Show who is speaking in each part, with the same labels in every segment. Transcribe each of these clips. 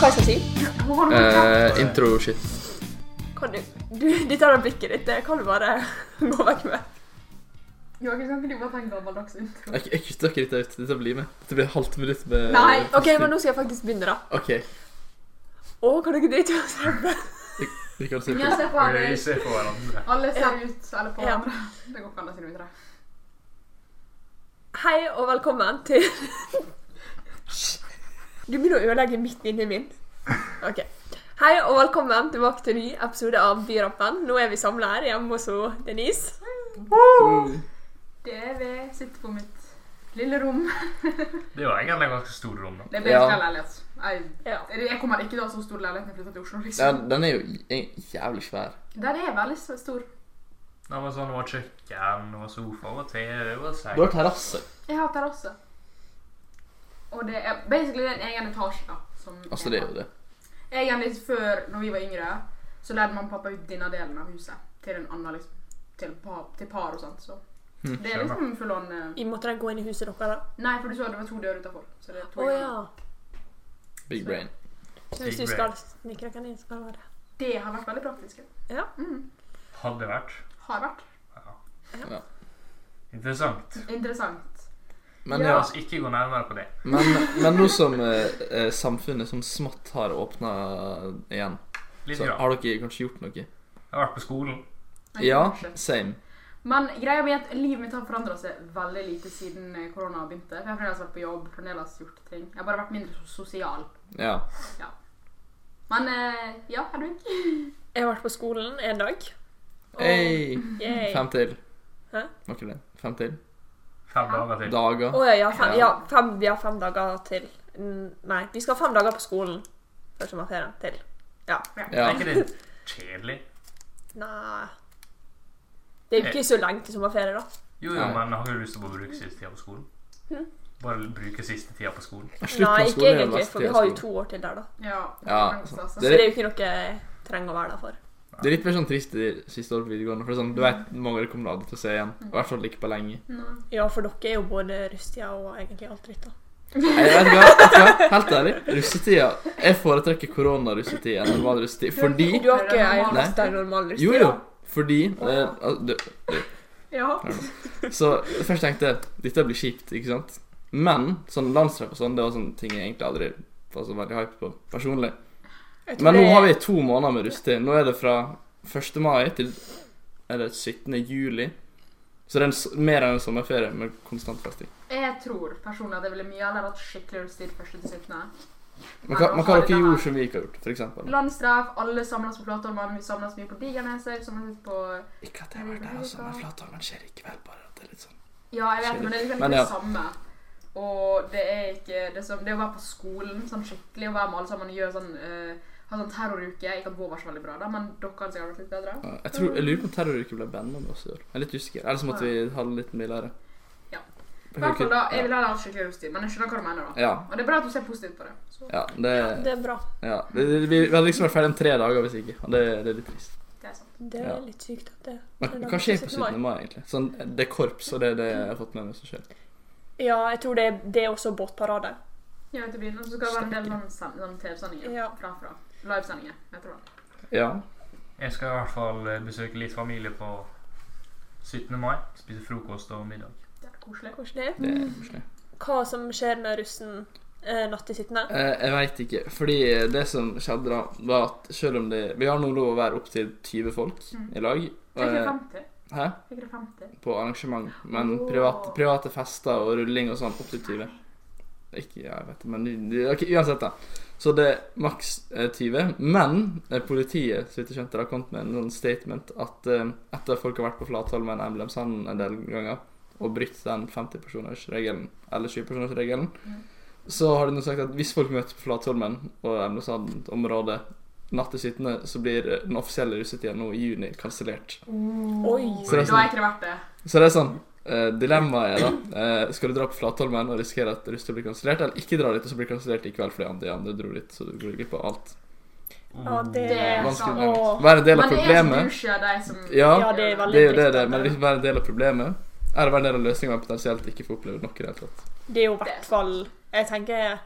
Speaker 1: Hva jeg skal si?
Speaker 2: Eh, intro shit.
Speaker 1: Kan du, du Dette er blikket ditt, det kan du bare gå vekk med.
Speaker 3: Joakim, kan ikke du bare ta en gammeldags intro?
Speaker 2: Jeg, jeg kutter ikke dette ut. Dette blir med. Dette blir et halvt minutt med
Speaker 1: Nei, ok, men nå skal jeg faktisk begynne, da.
Speaker 2: OK.
Speaker 1: Å, kan dere drite i å se på?
Speaker 2: Vi kan se
Speaker 3: Ingen
Speaker 2: på.
Speaker 3: ser på
Speaker 4: Vi
Speaker 3: alle.
Speaker 4: ser på hverandre.
Speaker 3: Alle ser ut eller på
Speaker 1: Ja.
Speaker 3: hverandre. Det går ikke an å si noe ut av det.
Speaker 1: Hei og velkommen til Du begynner å ødelegge midt inni min. Ok. Hei og velkommen tilbake til en ny episode av Byrampen. Nå er vi samla her hjemme hos hun Denise.
Speaker 3: Det er vi sitter på mitt lille rom.
Speaker 4: Det var egentlig et ganske stort rom. da.
Speaker 3: Det blir
Speaker 2: Ja.
Speaker 3: ikke en leilighet. Jeg,
Speaker 1: Ja.
Speaker 3: jeg kommer ikke til å ha så stor leilighet når jeg flytter til Oslo,
Speaker 2: Ja,
Speaker 3: liksom.
Speaker 2: den er jo j- jævlig svær.
Speaker 3: Den er veldig s- stor.
Speaker 4: Det var sånn, det var kjøkken, og sofa, og TV og
Speaker 2: Du har
Speaker 4: seng.
Speaker 2: terrasse.
Speaker 3: Jeg har terrasse. Og det er basically en egen etasje, da. Som
Speaker 2: Altså, det er jo det.
Speaker 3: Egentlig før, når vi var yngre, så leide mamma og pappa ut denne delen av huset til en annen, liksom. Til, pa, til par og sånt, så. Det er liksom full on eh,
Speaker 1: Vi måtte da gå inn i huset deres, da.
Speaker 3: Nei, for du så det var to dører utafor. Så det er to
Speaker 1: Å ja.
Speaker 3: ganger.
Speaker 2: Big brain.
Speaker 1: Så hvis du skal snike dere inn, så kan det være det.
Speaker 3: Det har vært veldig praktisk.
Speaker 1: Ja.
Speaker 4: Hadde vært
Speaker 3: Har vært
Speaker 4: interessant.
Speaker 3: interessant.
Speaker 2: Men
Speaker 4: La
Speaker 2: ja.
Speaker 4: oss altså ikke gå nærmere på det.
Speaker 2: Men, men nå som eh, eh, samfunnet som smått har åpna igjen,
Speaker 4: Litt
Speaker 2: så
Speaker 4: grann.
Speaker 2: har dere kanskje gjort noe?
Speaker 4: Jeg har vært på skolen.
Speaker 3: Men
Speaker 2: Ja,
Speaker 3: kanskje.
Speaker 2: same.
Speaker 3: Men greia mi er at livet mitt har forandra seg veldig lite siden eh, korona begynte. For Jeg har fremdeles vært på jobb, fremdeles gjort ting. Jeg har bare vært mindre so- sosial.
Speaker 2: Ja.
Speaker 3: Ja. Men eh, ja, Hedvig.
Speaker 1: Jeg har vært på skolen en dag.
Speaker 2: Hey,
Speaker 1: Yay.
Speaker 2: fem til.
Speaker 1: Hæ?
Speaker 2: Var ikke det? Fem til?
Speaker 4: Fem dager til.
Speaker 2: Dager.
Speaker 1: Å ja, ja, fem, ja fem, vi har fem dager til N- Nei, vi skal ha fem dager på skolen før sommerferien til. Ja.
Speaker 2: Ja.
Speaker 4: Er ikke det kjedelig?
Speaker 1: Nei Det er jo ikke så lenge til sommerferie, da.
Speaker 4: Jo, jo,
Speaker 2: Nei.
Speaker 4: men har du lyst til å bruke siste tida på skolen? Bare bruke siste tida på skolen.
Speaker 2: Slutten
Speaker 1: Nei,
Speaker 2: av
Speaker 1: ikke
Speaker 2: skolen er jo
Speaker 1: egentlig,
Speaker 2: best
Speaker 1: for
Speaker 2: tid
Speaker 1: vi
Speaker 2: av
Speaker 1: har jo
Speaker 2: skolen.
Speaker 1: to år til der, da.
Speaker 3: Ja.
Speaker 2: Ja,
Speaker 3: altså.
Speaker 2: sant.
Speaker 3: Så
Speaker 1: Så det er jo ikke noe jeg trenger å være der for.
Speaker 2: Det er litt mer sånn trist i siste år på videregående. For det er sånn, du vet, mange av dere kommer aldri til å se igjen. I hvert fall ikke på lenge.
Speaker 1: Ja, for dere er jo både rustia og egentlig alt dritt, da.
Speaker 2: Nei, vet du hva? Vet du hva? Helt ærlig, russetida Jeg foretrekker koronarussetid enn normal russetid. Fordi
Speaker 1: Du har ikke
Speaker 3: Nei,
Speaker 1: ei rust eller normal rustia?
Speaker 2: Jo, jo. Fordi eh, al- du,
Speaker 3: ja.
Speaker 2: Så først tenkte jeg dette blir kjipt, ikke sant? Men sånn landstreff og sånn, det var sånn ting jeg egentlig aldri var så veldig hype på personlig.
Speaker 1: Jeg tror
Speaker 2: Men nå
Speaker 1: det-
Speaker 2: har vi to måneder med russetid. Nå er det fra 1. mai til er det 17. juli. Så det er en, s- mer enn en sommerferie med konstant festing.
Speaker 3: Jeg tror personlig at jeg ville mye heller hatt skikkelig rusttid første altså, til 17.
Speaker 2: Men hva, men hva dere gjorde som vi ikke har gjort, for eksempel?
Speaker 3: Landstraff, alle samles på Platholmen, vi samles mye på Digerneset, vi samles på eh,
Speaker 2: Ikke at jeg har vært der også, men Flatholmen skjer ikke vel, bare at det er litt sånn
Speaker 3: Ja, jeg vet, men det er liksom
Speaker 2: Men
Speaker 3: ikke
Speaker 2: ja.
Speaker 3: det samme. Og det er ikke det som Det å være på skolen sånn skikkelig, å være med alle sammen og gjøre sånn uh, Ha sånn terroruke Ikke at vår var så veldig bra, da, men dere hadde sikkert vært litt bedre.
Speaker 2: Ja, Jeg, tror, jeg lurer på om terroruke ble bandet med oss i år. Jeg er litt usikker. Ellers måtte vi ha det litt mildere.
Speaker 3: Ja. I
Speaker 2: Jeg
Speaker 3: hvert
Speaker 2: husker-
Speaker 3: fall da, Jeg ville heller hatt skikkelig rusttid, men jeg skjønner hva du mener, da.
Speaker 2: Ja.
Speaker 3: Og det er bra at du ser positivt på det. Så
Speaker 2: ja, det,
Speaker 1: Det er bra.
Speaker 2: ja. Det, det, vi vi hadde liksom vært ferdig om tre dager hvis ikke. Og det, det er litt trist.
Speaker 3: det er sant.
Speaker 1: Det er
Speaker 2: Ja.
Speaker 1: litt sykt at det
Speaker 2: Men hva skjer på 17. mai, egentlig? Sånn, det er korps, og det er det jeg har fått med meg som skjer.
Speaker 1: Ja, jeg tror det, det er også båtparade.
Speaker 3: Ja, til byen. Og så skal det være en del sånn, sen- sånn TV-sendinger
Speaker 1: Ja.
Speaker 3: fra fra. Livesendinger, heter det.
Speaker 2: Ja.
Speaker 4: Jeg skal i hvert fall eh, besøke litt familie på 17. mai. Spise frokost og middag.
Speaker 3: Det er koselig.
Speaker 1: Koselig.
Speaker 2: Det er koselig.
Speaker 1: Hva som skjer med russen eh, natt til 17.
Speaker 2: Eh, jeg veit ikke. Fordi det som skjedde da, var at selv om det Vi har nå lov å være opptil 20 folk i lag.
Speaker 3: Er ikke Mm. det
Speaker 2: eh,
Speaker 3: 50?
Speaker 2: Hæ?
Speaker 3: Er ikke det 50?
Speaker 2: På arrangement. Men
Speaker 3: Åh.
Speaker 2: private, private fester og rulling og sånn opptil 20. Ikke ja, jeg vet det, men det- ok, uansett, da. Så det er maks eh, 20. Men eh, politiet så vidt jeg skjønte, det, har kommet med en sånn statement at eh, etter at folk har vært på Flatholmen Emblemsand en del ganger og brutt den 50-personersregelen eller 20-personersregelen, så har de nå sagt at hvis folk møter på Flatholmen og Emblemsand-området natt til 17., så blir eh, den offisielle russetida nå i juni kansellert.
Speaker 1: Oi!
Speaker 2: Så det er
Speaker 3: Da
Speaker 2: sånn
Speaker 3: er ikke det verdt det.
Speaker 2: så det er sånn eh, Dilemmaet er da eh, Skal du dra på Flatholmen og risikere at russet blir kansellert, eller ikke dra dit og så blir kansellert i kveld fordi andre, de andre dro dit, så du går glipp av alt.
Speaker 1: Ja, det
Speaker 3: Mm. Det er
Speaker 2: Vanskelig
Speaker 3: sant.
Speaker 2: dilemma.
Speaker 1: Åh.
Speaker 2: Være en del
Speaker 3: Men
Speaker 2: av
Speaker 3: det er så
Speaker 2: problemet
Speaker 3: douche av de som
Speaker 2: Ja,
Speaker 1: Ja, det er veldig
Speaker 2: det er jo det
Speaker 1: trist,
Speaker 2: det er,
Speaker 1: da.
Speaker 2: men liksom være en del av problemet er å være en del av løsningen men potensielt ikke få oppleve noe i det hele tatt.
Speaker 1: Det er jo i
Speaker 3: Det er
Speaker 1: hvert fall Jeg tenker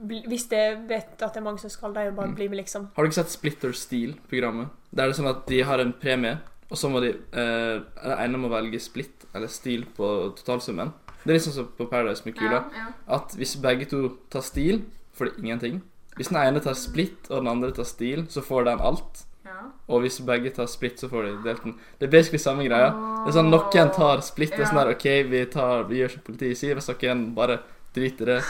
Speaker 1: bl- Hvis jeg vet at det er mange som skal, de jo bare bli med, liksom.
Speaker 2: Har du ikke sett Splitter Steel-programmet? Der er det sånn at de har en premie, og så må de eh, Den ene må velge split eller stil på totalsummen. Det er liksom som på Paradise med kula.
Speaker 3: Ja, ja.
Speaker 2: at hvis begge to tar stil, får de ingenting. Hvis den ene tar split, og den andre tar stil, så får den alt.
Speaker 3: ja.
Speaker 2: Og hvis begge tar split, så får de delt den. Det er basically samme greia. Det er sånn Noen tar split, det er sånn der OK, vi, tar, vi gjør som politiet sier. Hvis noen bare driter i det,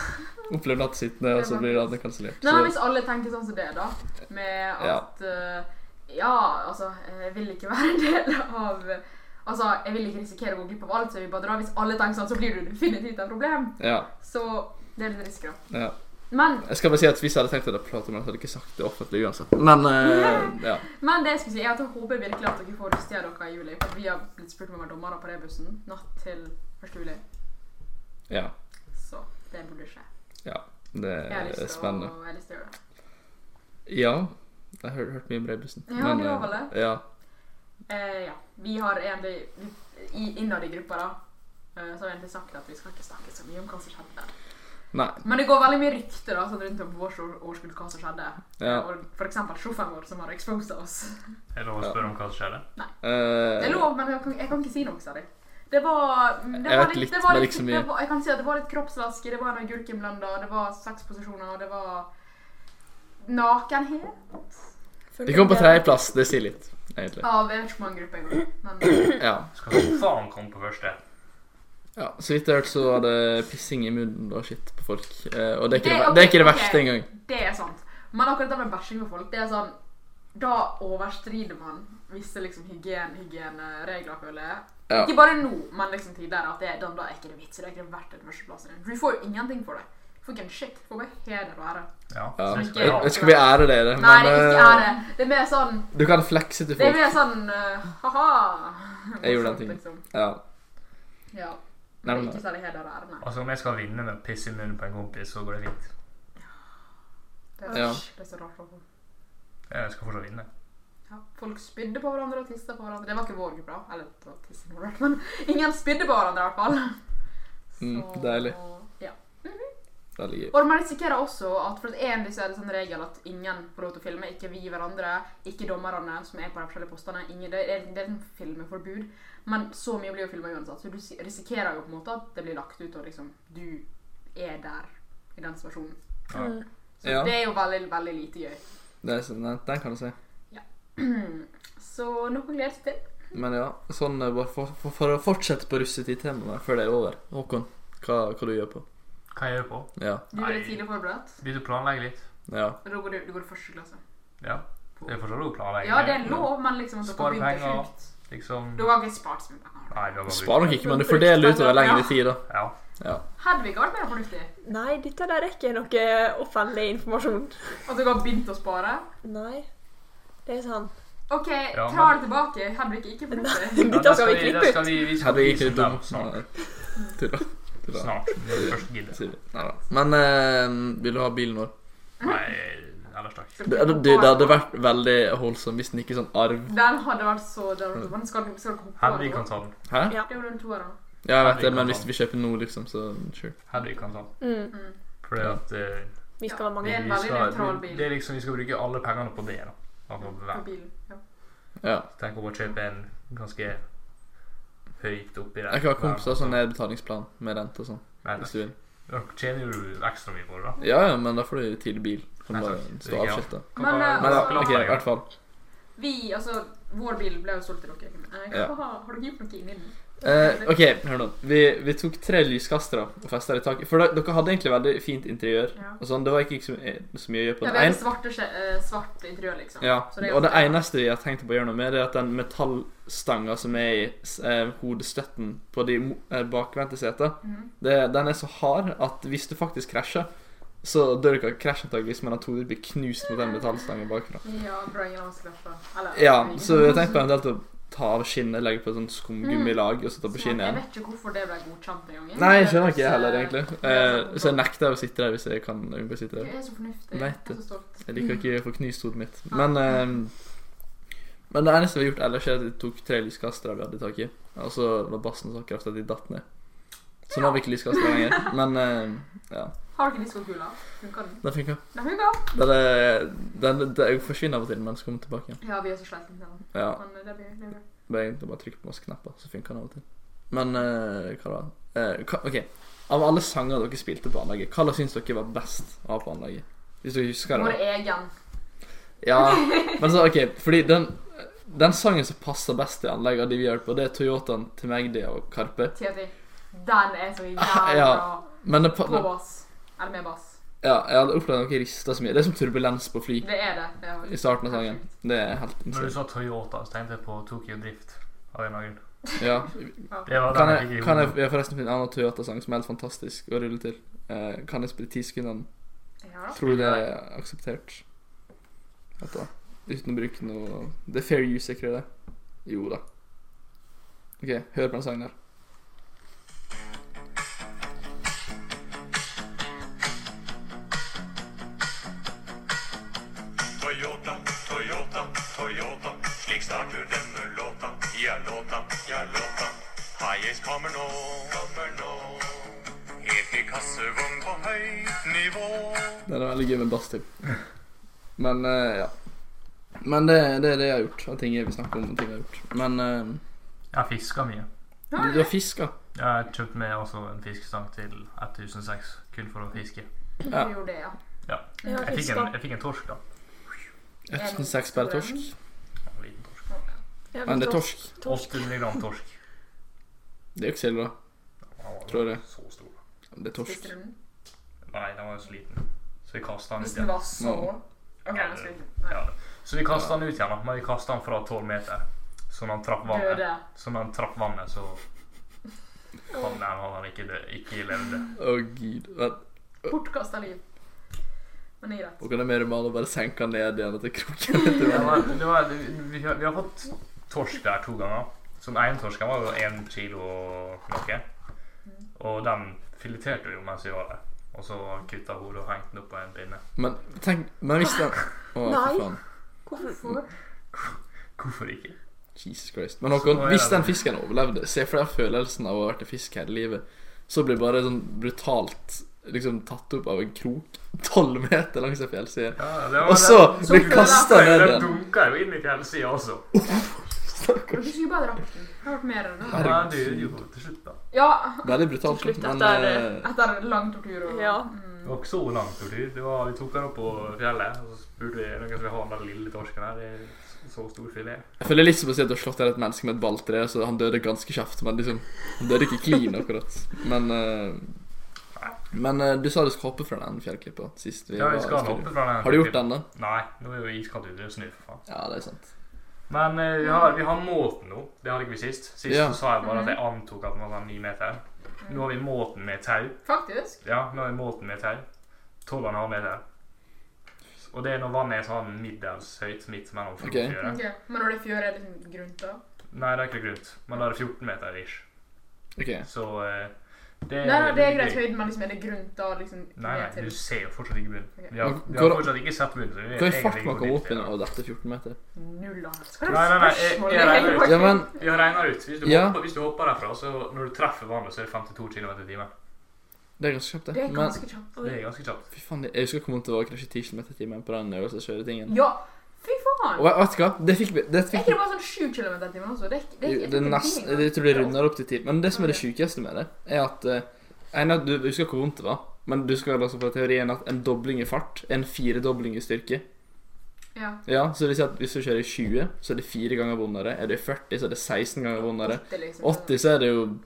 Speaker 2: opplever natt sittende, og så blir det andre kansellert.
Speaker 3: Nei, men hvis
Speaker 2: Så
Speaker 3: alle tenker sånn som det, da, med
Speaker 2: Ja.
Speaker 3: at eh, Ja, altså, jeg vil ikke være en del av Altså, jeg vil ikke risikere å gå glipp av alt, så jeg vil bare dra. Hvis alle tenker sånn, så blir du definitivt et problem.
Speaker 2: ja.
Speaker 3: Så det er litt risk, da.
Speaker 2: ja.
Speaker 3: Men,
Speaker 2: Jeg skal bare si at hvis jeg hadde tenkt å prate med ham, så hadde jeg ikke sagt det offentlig uansett. Men eh, ja.
Speaker 3: men det jeg skulle si, er at jeg håper virkelig at dere får rustetida dere i juli. For vi har blitt spurt om å være dommere på rebussen natt til 1. juli.
Speaker 2: ja.
Speaker 3: Så det burde skje.
Speaker 2: Ja. Det
Speaker 3: Jeg har lyst
Speaker 2: er
Speaker 3: til å,
Speaker 2: Eh, spennende.
Speaker 3: jeg har lyst til å gjøre det.
Speaker 2: Ja. Jeg har hørt- hørt mye om Breibussen.
Speaker 3: Ja,
Speaker 2: Men,
Speaker 3: det var
Speaker 2: eh,
Speaker 3: vel
Speaker 2: Ja.
Speaker 3: Eh, ja. Vi har egentlig vi- i- Innad i gruppa, da, eh, så har vi egentlig sagt at vi skal ikke snakke så mye om hva som skjedde.
Speaker 2: Nei.
Speaker 3: Men det går veldig mye rykter da, sånn rundt om på vårt år- årskull hva som skjedde. Eh,
Speaker 2: Ja.
Speaker 3: Og for eksempel sjåføren vår som har exposa oss.
Speaker 4: Er det lov å spørre om hva som skjedde?
Speaker 2: Eh,
Speaker 3: Det er lov, men jeg kan, jeg kan ikke si noe, sa de. Det var, mm, det
Speaker 2: Jeg
Speaker 3: var
Speaker 2: vet litt,
Speaker 3: det var
Speaker 2: men ikke så mye.
Speaker 3: Det var, jeg kan si at det var litt kroppsvasker, det var en agurkinnblander, det var saksposisjoner, og det var nakenhet
Speaker 2: de kom på tredjeplass, det sier litt, egentlig.
Speaker 3: av Jeg vet ikke hvor mange grupper jeg går i, men
Speaker 2: Ja.
Speaker 4: Skal faen komme på første?
Speaker 2: ja. Så vidt jeg har hørt, så var det pissing i munnen og shit på folk. Eh, og det er ikke det,
Speaker 3: Det-
Speaker 2: ver-
Speaker 3: ok,
Speaker 2: det, er ikke det
Speaker 3: ok.
Speaker 2: verste engang.
Speaker 3: Det er sant. Men akkurat det med bæsjing med folk, det er sånn Da overstrider man visse liksom hygien, hygieneregler, føler jeg.
Speaker 2: Ja.
Speaker 3: Ikke bare nå, men liksom tidligere. At det er, den da er ikke det vits. Det er ikke det verdt den førsteplassen din. For du får jo ingenting for det. Du får ikke en shit. Du får bare heder og ære.
Speaker 4: Ja.
Speaker 2: Ja.
Speaker 4: Så jeg
Speaker 3: Ok.
Speaker 4: skal
Speaker 2: Jeg skal vi ære dere,
Speaker 3: Nei, det er
Speaker 2: eh,
Speaker 3: ikke ære. Det er mer sånn
Speaker 2: du kan flekse til
Speaker 3: Det er
Speaker 2: folk.
Speaker 3: mer sånn eh, ha-ha.
Speaker 2: Jeg gjorde den
Speaker 3: Sånt,
Speaker 2: tingen.
Speaker 3: liksom.
Speaker 2: Ja.
Speaker 3: Ja.
Speaker 2: Nei,
Speaker 3: Men
Speaker 2: men-
Speaker 3: ikke særlig heder og ære, nei.
Speaker 4: Altså, om jeg skal vinne med å pisse i munnen på en kompis, så går det fint.
Speaker 3: Det er,
Speaker 2: Ja.
Speaker 3: det er så rart. å få.
Speaker 4: Jeg skal fortsatt vinne.
Speaker 3: Ja, folk spydde på hverandre og tista på hverandre. Det var ikke vår gruppe, da. Eller det var tissing på hverandre, men ingen spydde på hverandre, i hvert fall.
Speaker 2: Mm,
Speaker 3: Så-
Speaker 2: deilig.
Speaker 3: Ja.
Speaker 2: Veldig gøy.
Speaker 3: Og man risikerer også at for en disse er det sånn regel at ingen får lov til å filme. Ikke vi hverandre, ikke dommerne som er på de forskjellige postene. Ingen, det er, det er sånn filmeforbud. Men så mye blir jo filma uansett, så du si- risikerer jo på en måte at det blir lagt ut, og liksom du er der i den situasjonen.
Speaker 4: Ja.
Speaker 3: Mm. Så
Speaker 2: Ja,
Speaker 3: det er jo veldig, veldig lite gøy.
Speaker 2: det er, sånn- nei, den kan du si.
Speaker 3: Så noe å glede seg til.
Speaker 2: Men ja, sånn eh, bare for, for, for å fortsette på russetid-temaet før det er over. Håkon, hva, hva du gjør på?
Speaker 4: Hva jeg gjør på?
Speaker 2: Ja.
Speaker 3: Du er litt
Speaker 4: Nei.
Speaker 3: tidlig forberedt.
Speaker 4: Begynte å planlegge litt.
Speaker 2: Ja.
Speaker 3: Da går du, du går i første klasse.
Speaker 4: Ja. Det er fortsatt lov å planlegge.
Speaker 3: Ja, det er lov, men liksom at
Speaker 4: Spar
Speaker 3: dere begynte
Speaker 4: penger.
Speaker 3: sjukt.
Speaker 4: Liksom
Speaker 3: Du har ikke spart så mye penger.
Speaker 4: Nei, det var
Speaker 2: Spar nok ikke, men du fordeler utover lengre tid, da.
Speaker 4: Ja.
Speaker 3: Hedvig har vært mer fornuftig.
Speaker 1: Nei, dette der er ikke noe offentlig informasjon.
Speaker 3: At dere har begynt å spare.
Speaker 1: Nei. Det er sånn.
Speaker 3: OK,
Speaker 4: Ja,
Speaker 3: ta
Speaker 4: men-
Speaker 3: det tilbake. Hedvig er ikke fornuftig.
Speaker 4: Ja,
Speaker 1: Dette
Speaker 4: da
Speaker 1: skal vi
Speaker 4: da
Speaker 1: klippe ut.
Speaker 4: Skal vi, vi skal
Speaker 2: Hadde jeg
Speaker 4: vise
Speaker 2: ikke
Speaker 4: dem
Speaker 2: dum.
Speaker 4: Snart.
Speaker 2: Nei, Tulla. Tulla.
Speaker 4: Snart. Når vi først gidder.
Speaker 2: Sier vi. Neida. Men eh, vil du ha bilen vår?
Speaker 4: Nei, ellers takk.
Speaker 2: Det, det, det hadde vært veldig holdsomt hvis den ikke sånn arv.
Speaker 3: Den hadde vært så den hadde vært så- Men skal du skal du hoppe
Speaker 4: Hedvig
Speaker 3: over
Speaker 4: kan
Speaker 3: nå?
Speaker 4: ta den.
Speaker 2: Hæ?
Speaker 1: Ja.
Speaker 3: Det er jo den toeren.
Speaker 2: Ja, jeg vet det, men hvis vi kjøper nå, liksom, så sure.
Speaker 4: Hedvig kan ta den. Fordi
Speaker 2: Ja.
Speaker 4: at eh,
Speaker 1: Vi skal være
Speaker 4: vi,
Speaker 1: mange.
Speaker 3: Det Mm. er en
Speaker 4: vi,
Speaker 3: veldig
Speaker 4: skal,
Speaker 3: nøytral
Speaker 4: vi,
Speaker 3: bil.
Speaker 4: det er liksom, vi skal bruke alle pengene på det. da Altså,
Speaker 3: på
Speaker 4: hver-
Speaker 3: bilen. Ja.
Speaker 2: Ja.
Speaker 4: Tenk om å kjøpe en ganske høyt oppi der.
Speaker 2: Jeg kan ha kompiser som har betalingsplan med rente og sånn.
Speaker 4: Nei,
Speaker 2: Hvis du vil.
Speaker 4: Da tjener du ekstra mye på det, da.
Speaker 2: Ja, ja, men da får du tidlig bil. Kan
Speaker 4: Nei,
Speaker 2: bare
Speaker 4: takk.
Speaker 2: stå
Speaker 4: Ikke, ja.
Speaker 2: avskilta.
Speaker 4: Kan
Speaker 3: Men,
Speaker 4: bare-
Speaker 3: eh,
Speaker 2: Men
Speaker 3: altså-
Speaker 2: ok, i hvert fall.
Speaker 3: Vi, altså, vår bil ble jo solgt til dere. Nei,
Speaker 2: Ja.
Speaker 3: hva, har dere gjort noe inni den?
Speaker 2: Eh, ok, hør nå. Vi, vi tok tre lyskastere og festa i taket. For da, dere hadde egentlig veldig fint interiør.
Speaker 3: Ja.
Speaker 2: Og sånn, Det var ikke så, så mye å gjøre på den.
Speaker 3: Ja, det er
Speaker 2: En,
Speaker 3: svarte, skje- eh, svart interiør, liksom.
Speaker 2: ja,
Speaker 3: Så det er
Speaker 2: og det
Speaker 3: ganske-
Speaker 2: eneste jeg har tenkt på å gjøre noe med, det er at den metallstanga som er i s- eh, hodestøtten på de mo- eh, bakvendte setene,
Speaker 3: Mhm.
Speaker 2: det- den er så hard at hvis du faktisk krasjer, så dør dere av krasj antakeligvis, men at hodet blir knust mot den metallstanga bakfra.
Speaker 3: Ja, bra, ingen av oss klapper. Eller-
Speaker 2: Ja, så jeg tenkte på eventuelt å ta av skinnet, legge på et sånt skumgummilag og så ta på
Speaker 3: Sånn,
Speaker 2: skinnet igjen.
Speaker 3: Jeg vet ikke hvorfor det ble godkjent en gang.
Speaker 2: Nei, jeg skjønner ikke jeg heller, egentlig.
Speaker 3: Eh,
Speaker 2: Eh, så jeg nekter å sitte der hvis jeg kan unngå å sitte
Speaker 3: Du
Speaker 2: der.
Speaker 3: er så fornuftig.
Speaker 2: Vet
Speaker 3: Jeg er
Speaker 2: det.
Speaker 3: så stolt.
Speaker 2: Jeg liker ikke å få knust hodet mitt. Men, eh, men det eneste vi har gjort ellers, er at vi tok tre lyskastere vi hadde tak i. Og så var bassen så kraftig at de datt ned. Så nå har vi ikke lyskastere lenger. Men eh, ja,
Speaker 3: Har dere diskokula? Funker den?
Speaker 2: det funka.
Speaker 3: Den funker!
Speaker 2: Den, er- den, den forsvinner av og til, men så kommer den tilbake igjen.
Speaker 3: Ja, vi er så slitne med den.
Speaker 2: Ja,
Speaker 3: Men eh, det blir, det blir.
Speaker 2: det er egentlig bare å trykke på masse knapper, så funker den av og til. Men eh, hva da? Eh, hva, ok, Av alle sanger dere spilte på anlegget, hra syns dere var best av på anlegget? Hvis dere husker det?
Speaker 3: Vår egen.
Speaker 2: Ja, men så, ok, fordi den, den sangen som passer best til anlegget av de vi har hørt på, det er Toyotaen til Magdi og Karpe.
Speaker 3: T10. Den er så jævla
Speaker 2: Ja.
Speaker 3: bra.
Speaker 2: Men det, pa-
Speaker 3: På bass. Eller med bass.
Speaker 2: ja, jeg hadde opplevd at noe rista så mye. Det er som turbulens på fly
Speaker 3: Det er det. det er,
Speaker 2: i starten av sangen. Det er helt
Speaker 4: Når du
Speaker 2: insane.
Speaker 4: sa Toyota, så tenkte jeg på Tokyo Drift. Av en eller annen grunn.
Speaker 2: Ja.
Speaker 4: Det var
Speaker 2: Kan
Speaker 4: den
Speaker 2: jeg,
Speaker 4: fikk i
Speaker 2: kan jeg,
Speaker 4: hodet.
Speaker 2: jeg har forresten finne en annen Toyota-sang som er helt fantastisk å rulle til? Eh, kan jeg spille ti sekunder?
Speaker 3: Ja da.
Speaker 2: Tror du det er akseptert? Vet du, hva? uten å bruke noe Det er fair use, er ikke det? Jo da. OK, hør på den sangen her.
Speaker 5: Toyota, Toyota, Toyota. Slik starter denne låta. Ja, låta, ja, låta. Highas kommer nå, kommer nå. Helt i kassevogn på høyt nivå.
Speaker 2: Den er veldig gøy med bass til. Men eh, ja. Men det, det er det jeg har gjort. Av ting jeg vil snakke om. og ting jeg har gjort Men eh,
Speaker 4: Jeg fiska mye.
Speaker 2: du, du har fiska.
Speaker 4: Jeg kjøpte meg også en fiskestang til 1006 kun for å fiske.
Speaker 2: Ja.
Speaker 3: Vi gjorde det, ja.
Speaker 4: Ja.
Speaker 1: Jeg har
Speaker 4: Jeg fikk en,
Speaker 1: fiska.
Speaker 4: jeg fikk en torsk, da.
Speaker 2: 1006 per torsk.
Speaker 4: En liten torsk.
Speaker 1: Jeg har
Speaker 2: Men det
Speaker 1: fisk
Speaker 2: er torsk.
Speaker 4: 800 gram torsk.
Speaker 2: Det er jo ikke sild, da.
Speaker 4: Den var
Speaker 2: Tror jeg.
Speaker 4: Så stor.
Speaker 2: Det er torsk.
Speaker 3: Spiste du den?
Speaker 4: Nei, den var jo så liten. Så vi kasta den
Speaker 3: Hvis
Speaker 4: ut
Speaker 3: den
Speaker 4: igjen.
Speaker 3: var så Ok, nå skal vi Nei.
Speaker 4: Ja. Så vi kasta den ut igjen, da. Men vi kasta den fra tolv meter. Så når han traff vannet,
Speaker 3: Døde.
Speaker 4: så når han traff vannet, så han, nei, han hadde ikke, død, ikke levde.
Speaker 2: Å, gud. Vent.
Speaker 3: Bortkasta liv. Men det er greit.
Speaker 2: Og kan det mer med å bare senke den ned igjen etter kroken?
Speaker 4: Det var, det var, vi, har- vi har fått torsk der to ganger. Så den ene torsken var jo én kilo og noe. Og den fileterte vi jo mens vi var der. Og så kutta hodet og hengte den opp på en pinne.
Speaker 2: Men tenk Men hvis den Å,
Speaker 1: Nei.
Speaker 2: fy faen.
Speaker 4: Hvorfor ikke?
Speaker 2: Jesus Christ. Men Håkon,
Speaker 4: Så er
Speaker 2: hvis
Speaker 4: det-
Speaker 2: den fisken overlevde, se for deg følelsen av å ha vært en fisk hele livet, så blir bare sånn brutalt liksom tatt opp av en krok tolv meter langs en fjellside. Og så blir kasta ned
Speaker 4: Den
Speaker 2: igjen.
Speaker 4: dunka jo inn i fjellsida også.
Speaker 3: Du skulle bare dratt den. Det har vært mer enn det.
Speaker 4: Ja, det gjorde jo til slutt, da.
Speaker 3: Ja,
Speaker 2: Veldig brutalt.
Speaker 1: Til slutt,
Speaker 2: men
Speaker 1: etter-
Speaker 2: eh,
Speaker 3: etter lang tortur og
Speaker 1: Ja.
Speaker 4: Det var ikke så lang tortur. Det var, vi tok den opp på fjellet, og så spurte vi er det noen som vil ha den lille torsken her. Det er så stor filet.
Speaker 2: jeg føler litt som å si at du har slått ned et menneske med et balltre, så han døde ganske kjapt. Men liksom, han døde ikke clean, akkurat. Men eh, men eh, du sa du skulle hoppe fra den fjellklippa sist vi
Speaker 4: Ja,
Speaker 2: var
Speaker 4: vi
Speaker 2: i
Speaker 4: skal hoppe
Speaker 2: studio.
Speaker 4: fra den.
Speaker 2: Har du gjort den, da?
Speaker 4: Nei, nå er jo iskaldt ute. Det er snø, for faen.
Speaker 2: Ja, det er sant.
Speaker 4: Men eh, vi, har, vi har måten nå. Det hadde ikke vi sist. Sist
Speaker 2: Ja.
Speaker 4: så sa jeg bare at jeg
Speaker 3: Mhm.
Speaker 4: antok at den var sånn ni meter. Nå har vi måten med tau.
Speaker 3: Faktisk.
Speaker 4: Ja, nå har vi måten med tau. 12,5 meter. Og det er når vannet er sånn middels høyt, midt mellom fjord
Speaker 2: Ok.
Speaker 4: og fjøre.
Speaker 3: Ok, Men når det er fjør, er det liksom grunt da?
Speaker 4: Nei, det er ikke grunt. Men da er det 14 meter ish.
Speaker 2: Ok.
Speaker 4: Så eh, det,
Speaker 3: Nei, nei, det er greit høyden, men liksom er det grunt da? liksom
Speaker 4: Nei,
Speaker 3: ned
Speaker 4: nei,
Speaker 3: til-
Speaker 4: du ser jo fortsatt ikke bunnen. Vi har,
Speaker 2: Men
Speaker 4: vi har
Speaker 2: hvor-
Speaker 4: fortsatt ikke sett bunnen. så vi vet
Speaker 2: Hva er
Speaker 4: egentlig
Speaker 2: fart
Speaker 4: ikke
Speaker 2: man
Speaker 4: hvor
Speaker 2: kommer
Speaker 4: dypt
Speaker 2: opp
Speaker 4: det
Speaker 2: i
Speaker 4: er.
Speaker 2: når dette er 14 meter?
Speaker 3: Null av Skal
Speaker 4: Nei, nei, nei, jeg,
Speaker 3: spørsmål?
Speaker 4: jeg regner ut.
Speaker 2: Ja, men
Speaker 4: Vi har regnet ut. Hvis du,
Speaker 2: Ja.
Speaker 4: hopper, hvis du hopper derfra, så når du treffer vannet, så er det 52 km i timen.
Speaker 2: Det er ganske kjapt,
Speaker 3: Det
Speaker 2: det.
Speaker 3: er
Speaker 2: Men
Speaker 3: ganske kjapt.
Speaker 4: Det er ganske kjapt.
Speaker 2: fy faen, det- jeg husker jeg kom til å krasje 10 km i timen på den øvelseskjøretingen.
Speaker 3: Ja! Fy faen!
Speaker 2: Og vet- vet du hva? Det fikk vi det
Speaker 3: Er
Speaker 2: fikk,
Speaker 3: ikke det bare sånn 7 km i timen også? Det, er- det, er-
Speaker 2: det,
Speaker 3: jeg
Speaker 2: det
Speaker 3: tror ikke
Speaker 2: nest,
Speaker 3: det er
Speaker 2: Jeg
Speaker 3: engang.
Speaker 2: tror det runder opp til 10. Men det som er det sjukeste med det, er at eh, en av- Du husker hvor vondt det var, men du skal altså på teorien at en dobling i fart er en firedobling i styrke.
Speaker 3: Ja.
Speaker 2: Ja, så det vil si at hvis du kjører 20, så er det 4 ganger vondere. Er det 40, så er det 16 ganger vondere.
Speaker 3: Det er liksom,
Speaker 2: 80, så er det jo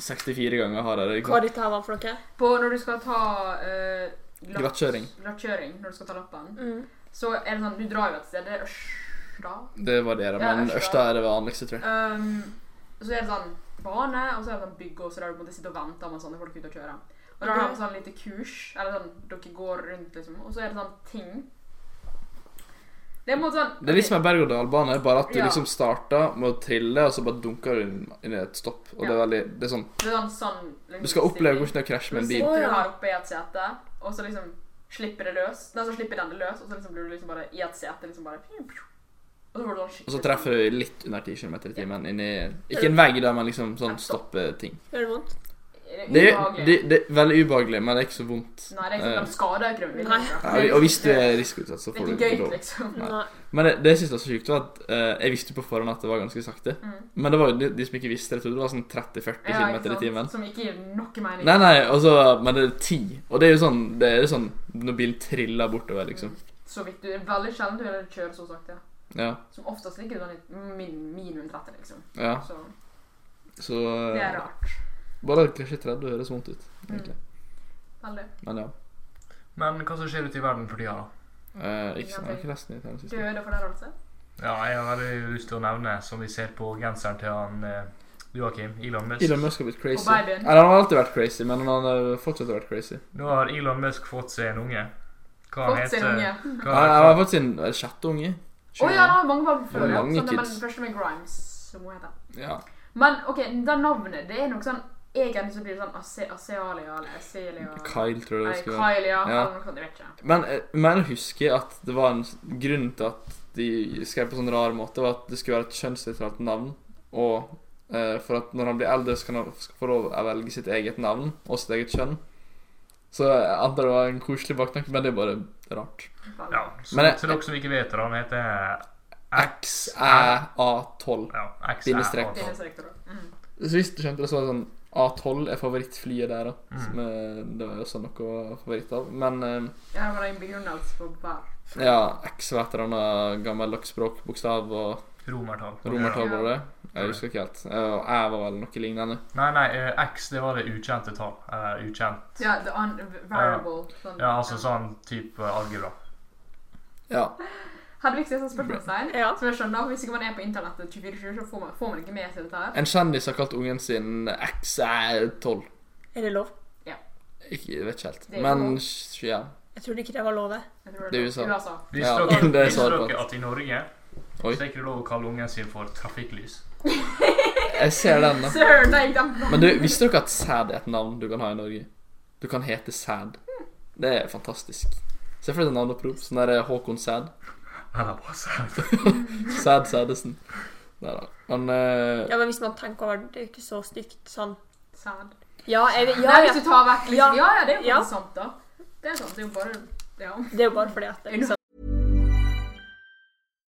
Speaker 2: 64 ganger hardere. ikke
Speaker 1: Hva
Speaker 2: sant?
Speaker 1: dette her var for noe?
Speaker 3: På når du skal ta uh,
Speaker 2: Glattkjøring.
Speaker 3: Glattkjøring, når du skal ta lappen,
Speaker 1: Mm.
Speaker 3: så er det sånn Du drar jo et sted. Det er Ørsta.
Speaker 2: Det varierer,
Speaker 3: Ja,
Speaker 2: men
Speaker 3: Ørsta.
Speaker 2: Ørsta er det vanligste, tror jeg.
Speaker 3: Um, så er det sånn bane, og så er det sånn bygge, og så der du måtte sitte og vente med sånne folk ute og kjøre. Og da har de sånn lite kurs, eller sånn dere går rundt, liksom, og så er det sånn ting. Det er på en måte sånn
Speaker 2: Det er litt som en berg-og-dal-bane, bare at du
Speaker 3: Ja.
Speaker 2: liksom starter med å trille, og så bare dunker du inn inn i et stopp. Og det er
Speaker 3: Ja.
Speaker 2: veldig Det er sånn
Speaker 3: Det er sånn, sånn liksom,
Speaker 2: Du skal oppleve
Speaker 3: stilling.
Speaker 2: hvordan det er å krasje med
Speaker 3: Så
Speaker 2: en bil.
Speaker 3: sitter du her oppe i et sete, og så liksom slipper det løs. Nei, så slipper den det løs, og så liksom blir du liksom bare i et sete, liksom bare pju, pju. Og så får du sånn
Speaker 2: Og
Speaker 3: skikkelig
Speaker 2: så treffer du litt under 10 km i timen inni Ikke en vegg, da, men liksom sånn stopper ting.
Speaker 1: Gjør det vondt?
Speaker 3: sånn-
Speaker 2: Det,
Speaker 3: Det er
Speaker 2: er-
Speaker 3: ubehagelig.
Speaker 2: det, det er veldig ubehagelig, men det er ikke så vondt.
Speaker 3: Nei, det er ikke sånn, de skader ikke dem.
Speaker 1: Nei.
Speaker 2: Ja, og- og hvis du er risikoutsatt, så
Speaker 3: Det er
Speaker 2: får du
Speaker 3: ikke gøy,
Speaker 2: dårlig.
Speaker 3: liksom.
Speaker 1: Nei.
Speaker 2: Men det, det jeg synes var så sykt, var at eh, jeg visste jo på forhånd at det var ganske sakte.
Speaker 3: Mm.
Speaker 2: Men det var jo de, de som ikke visste det, trodde det var sånn 30-40
Speaker 3: Ja,
Speaker 2: km
Speaker 3: ikke
Speaker 2: i
Speaker 3: sant?
Speaker 2: timen.
Speaker 3: Som ikke gir noe mening.
Speaker 2: Nei, nei, og så, men det er 10. Og det er jo sånn, det er jo sånn når bilen triller bortover, liksom.
Speaker 3: Så vidt du det er veldig sjelden du hører det kjøre så sakte.
Speaker 2: Ja,
Speaker 3: Som oftest ligger du sånn i min, minimum 30, liksom.
Speaker 2: ja.
Speaker 3: Så
Speaker 2: Så
Speaker 3: det er
Speaker 2: eh,
Speaker 3: rart. Mm.
Speaker 2: bare krasje 30 høres vondt ut, egentlig.
Speaker 3: Veldig.
Speaker 2: Men ja.
Speaker 4: Men hva som skjer ute i verden for tida, da?
Speaker 2: Eh, ikke sånn, jeg har ikke lest den i den siste.
Speaker 3: Døde for det, altså.
Speaker 4: Ja, jeg har veldig lyst til å nevne, som vi ser på genseren til han eh, Joakim, Elon Musk.
Speaker 2: Elon Musk har blitt crazy.
Speaker 3: Og babyen.
Speaker 2: Eller han har alltid vært crazy, men han har eh, fortsatt vært crazy.
Speaker 4: Nå har Elon Musk fått seg en unge. Hva
Speaker 3: Fått seg en unge.
Speaker 4: Hva
Speaker 2: Han han
Speaker 4: han
Speaker 2: har fått sin eh, sjette unge.
Speaker 3: Å ja, det var mange barn før.
Speaker 2: Det
Speaker 3: Ja.
Speaker 2: var mange
Speaker 3: Sånn, men
Speaker 2: kids.
Speaker 3: den første med Grimes, som hun heter.
Speaker 2: Ja.
Speaker 3: Men OK, det navnet, det er nok sånn Egentlig så blir det sånn Ase- Asealia eller Aselia
Speaker 2: Kyle, tror jeg
Speaker 3: Nei,
Speaker 2: det skal være.
Speaker 3: Kylia
Speaker 2: Ja.
Speaker 3: eller noe sånt. Jeg vet ikke.
Speaker 2: Men eh, men jeg husker at det var en s- grunn til at de skrev på sånn rar måte, var at det skulle være et kjønnsnøytralt navn. Og eh, for at når han blir eldre, så kan han f- få lov å velge sitt eget navn og sitt eget kjønn. Så jeg antar det var en koselig baktanke, men det er bare rart.
Speaker 3: Vel.
Speaker 4: Ja, så,
Speaker 2: Men jeg-
Speaker 4: til dere som ikke vet det, han heter
Speaker 2: XÆA12.
Speaker 4: ja, X
Speaker 2: Bindestrek.
Speaker 3: Det er så riktig, da. Mm.
Speaker 2: Så hvis du skjønte det, så var det sånn A12 er favorittflyet der, da. Som, eh, det var jo også noe å være favoritt av. Men eh,
Speaker 3: Ja, det var en begrunnelse for hver.
Speaker 2: Ja, X var et eller annet gammeldags språkbokstav og
Speaker 4: Romertall.
Speaker 2: romertall, var det det? Jeg husker ikke helt. Eh, Og æ var vel noe lignende.
Speaker 4: Nei, nei, eh, X det var det ukjente tall. Eh, ukjent.
Speaker 3: Ja, the un variable. Sånn.
Speaker 4: Ja, altså sånn type algebra.
Speaker 2: Ja.
Speaker 3: Hadde vi ikke sett sånn spørsmålstegn?
Speaker 1: Ja.
Speaker 3: Som jeg skjønner, hvis ikke man er på internettet 24-7, så får man, får man ikke med seg dette her.
Speaker 2: En kjendis har kalt ungen sin XÆ12.
Speaker 1: Er det lov?
Speaker 2: Ikke, jeg vet ikke helt.
Speaker 3: Det er
Speaker 2: Men
Speaker 3: jo-
Speaker 2: sj- ja.
Speaker 1: Jeg trodde ikke det var lov. jeg.
Speaker 3: Jeg tror
Speaker 2: Det er USA.
Speaker 3: USA.
Speaker 4: Visste
Speaker 2: Ja,
Speaker 4: dere,
Speaker 2: det
Speaker 4: visste
Speaker 2: sa jeg på.
Speaker 4: dere at i Norge
Speaker 2: Oi.
Speaker 4: så er ikke det lov å kalle ungen sin for trafikklys?
Speaker 2: Jeg ser den, da.
Speaker 3: Sir, nei, den.
Speaker 2: Men du, visste dere at sæd er et navn du kan ha i Norge? Du kan hete sæd. Det er fantastisk. Se for deg et navneopprop. Sånn der Håkon Sæd.
Speaker 4: Eller hva sa jeg?
Speaker 2: Sæd Sædesen. Nei da. Men eh,
Speaker 1: Ja, men hvis man tenker over det, det er jo ikke så stygt sånn.
Speaker 3: Sad.
Speaker 1: Ja, jeg, ja,
Speaker 3: Nei,
Speaker 1: ja.
Speaker 3: hvis du tar vekk liksom. Ja, ja, det er jo
Speaker 1: Ja.
Speaker 3: faktisk sant, da. Det er sant, det er jo bare Ja.
Speaker 1: Det er jo bare fordi at det er sånn.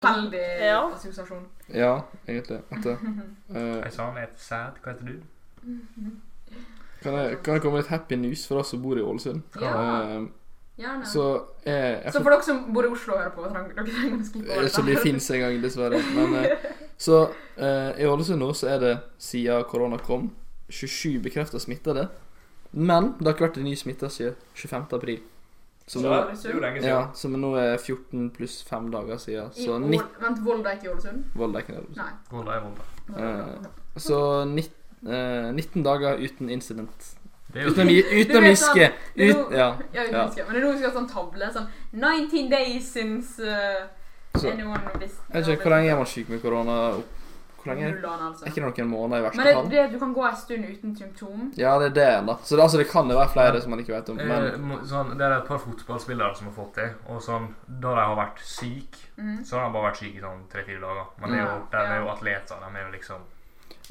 Speaker 3: tilfeldig
Speaker 1: Mm. Ja.
Speaker 3: assosiasjon.
Speaker 2: Ja, egentlig. At det, eh,
Speaker 4: Jeg sa han er sad. Hva heter du?
Speaker 2: kan, jeg, kan jeg komme med et happy news for oss som bor i Ålesund?
Speaker 3: Ja.
Speaker 2: Eh,
Speaker 3: Gjerne.
Speaker 2: så jeg, jeg
Speaker 3: Så for dere som bor i Oslo og hører på, trenger dere trenger å skippe
Speaker 2: Eh, Som de fins en gang, dessverre. Men, eh, så eh, i Ålesund nå så er det, siden korona kom, 27 bekrefta smittede. Men det har ikke vært en ny smitte siden 25. april. Som
Speaker 4: Så
Speaker 2: nå,
Speaker 4: det er jo lenge siden.
Speaker 2: ja, som nå er 14 pluss 5 dager siden.
Speaker 3: I
Speaker 2: Så
Speaker 3: Ål-
Speaker 2: 90
Speaker 3: Vent, Volda er ikke i Ålesund?
Speaker 2: Vold er ikke nede.
Speaker 3: Nei.
Speaker 4: Volda er Volda.
Speaker 2: Eh, så nitt- eh, 19 dager uten incident.
Speaker 4: er jo
Speaker 2: Uten å mi- uten å
Speaker 3: Du vet
Speaker 2: miske!
Speaker 3: sånn, det er
Speaker 2: Ut,
Speaker 3: noe-
Speaker 2: ja,
Speaker 3: ja, uten å
Speaker 2: ja.
Speaker 3: miske. Men det er noe vi skal ha sånn tavle. Sånn 19 days since uh,
Speaker 2: Så-
Speaker 3: anyone visste
Speaker 2: Jeg vet ikke hvor lenge er man syk med korona. opp- Hvor lenge?
Speaker 3: Null an, altså.
Speaker 2: Er ikke det noen måneder i verste
Speaker 3: Men det,
Speaker 2: fall?
Speaker 3: det, er at du kan gå en stund uten symptom.
Speaker 2: Ja, det er det, da. Så det, altså, det kan jo være flere som man ikke vet om.
Speaker 4: Eh,
Speaker 2: Men
Speaker 4: må- sånn, det er et par fotballspillere som har fått det. Og sånn, Da de har vært syke, så har de bare vært syke i sånn tre-fire dager. Men det er jo,
Speaker 3: Mm.
Speaker 4: de er jo
Speaker 3: Ja.
Speaker 4: atleter. De er jo liksom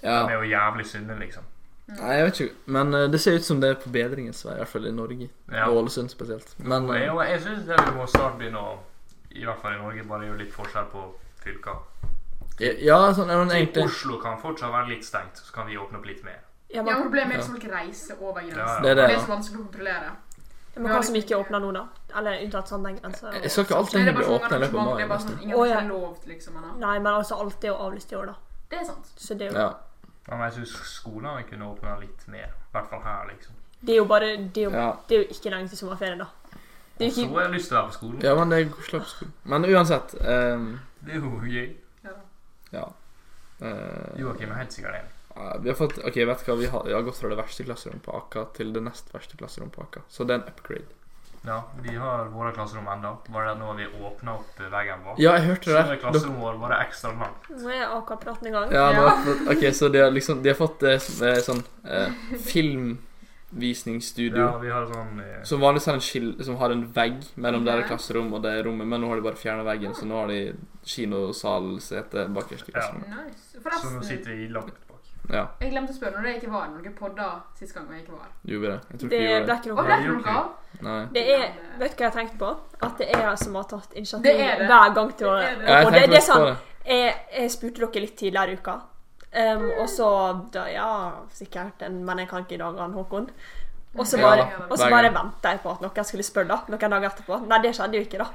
Speaker 2: ja.
Speaker 4: De er jo jævlig sunne, liksom.
Speaker 2: Nei, jeg vet ikke. Men eh, det ser ut som det er på bedringens vei, i hvert fall i Norge.
Speaker 4: Ja.
Speaker 2: Og Ålesund spesielt. Men
Speaker 4: Og
Speaker 2: eh,
Speaker 4: jeg, og jeg syns vi må snart begynne å I hvert fall i Norge bare gjøre litt forskjell på fylker.
Speaker 2: ja, sånn er det
Speaker 4: Egentlig.
Speaker 2: egentlig.
Speaker 4: Oslo kan fortsatt være litt stengt, så kan vi åpne opp litt mer.
Speaker 1: Ja,
Speaker 3: Ja,
Speaker 1: man,
Speaker 3: problemet er at folk reiser over grensen.
Speaker 2: Det er det,
Speaker 3: Og det
Speaker 2: ja.
Speaker 3: er så vanskelig å kontrollere.
Speaker 1: men hva som ikke er åpna nå, da? Eller unntatt Sandengrensa?
Speaker 2: Jeg skal ikke alt
Speaker 3: Nei, det
Speaker 2: egentlig
Speaker 3: er
Speaker 2: bli
Speaker 3: bare sånn
Speaker 2: åpnet i løpet av
Speaker 3: arrangement.
Speaker 2: mai.
Speaker 3: Det er bare
Speaker 2: nesten.
Speaker 3: sånn ingen har
Speaker 1: Å, ja.
Speaker 3: ikke lov til liksom å ha.
Speaker 1: Nei, men altså alt er jo avlyst i år, da.
Speaker 3: Det er sant.
Speaker 1: Så det er jo,
Speaker 2: Ja.
Speaker 4: Ja, Men jeg syns skolene kunne åpne litt mer. I hvert fall her, liksom.
Speaker 1: det er jo bare det er jo,
Speaker 2: Ja.
Speaker 1: det er jo ikke lenge til sommerferien, da. Det er
Speaker 4: Så
Speaker 1: jo
Speaker 4: har
Speaker 1: ikke
Speaker 4: jeg lyst til å være på skolen.
Speaker 2: ja, men det er koselig på skolen. Men uansett eh,
Speaker 4: Det er jo gøy.
Speaker 3: Ja da.
Speaker 2: Ja. Eh,
Speaker 4: Joakim er helt sikkert enig.
Speaker 2: vi har fått Ok, vet du hva, vi har, vi har gått fra det verste klasserommet på Aka til det nest verste klasserommet på Aka. Så det er en upgrade.
Speaker 4: Ja, vi har våre klasserom ennå. Bare det at nå har vi åpna opp eh, veggen vår.
Speaker 2: Ja, jeg hørte
Speaker 4: Så
Speaker 2: det.
Speaker 4: er
Speaker 2: Dere-
Speaker 4: klasserommet vårt bare ekstra langt.
Speaker 1: Nå er AK-praten i gang.
Speaker 2: Ja, nå, ok, så de har liksom De har fått eh, s- eh, sånn eh, filmvisningsstudio.
Speaker 4: Ja, vi har sånn eh,
Speaker 2: Som vanligvis har en skil, som har en vegg mellom der er klasserom og det er rommet, men nå har de bare fjerna veggen, så nå har de kinosalsete bakerst i klasserommet.
Speaker 3: Nice.
Speaker 4: Så nå
Speaker 3: Forresten,
Speaker 4: sitter vi langt bak.
Speaker 2: Ja,
Speaker 3: jeg glemte å spørre når det ikke var noen podder sist gang jeg ikke var.
Speaker 2: du gjorde det. Jeg tror
Speaker 1: Det
Speaker 2: ikke du
Speaker 1: ble
Speaker 2: gjorde det.
Speaker 1: ikke
Speaker 3: Og
Speaker 1: noe
Speaker 3: ble det noe av?
Speaker 2: Nei.
Speaker 1: Det er, Vet du hva jeg har tenkt på? At det er jeg som har tatt
Speaker 3: Det
Speaker 1: initiativ
Speaker 3: er det.
Speaker 1: hver gang til å
Speaker 3: Det er det.
Speaker 2: Ja, jeg
Speaker 1: Og det,
Speaker 2: tenkte
Speaker 1: det er
Speaker 2: faktisk på
Speaker 1: sånn,
Speaker 2: det.
Speaker 1: jeg, jeg spurte dere litt tidligere i uka, um, og så da, Ja, sikkert, en, men jeg kan ikke i dag, han Håkon. Og så
Speaker 3: Ja,
Speaker 1: bare,
Speaker 3: da.
Speaker 1: og så
Speaker 2: Hver
Speaker 1: bare
Speaker 2: gang.
Speaker 1: venta jeg på at noen skulle spørre, da, noen dager etterpå. Nei, det skjedde jo ikke, da.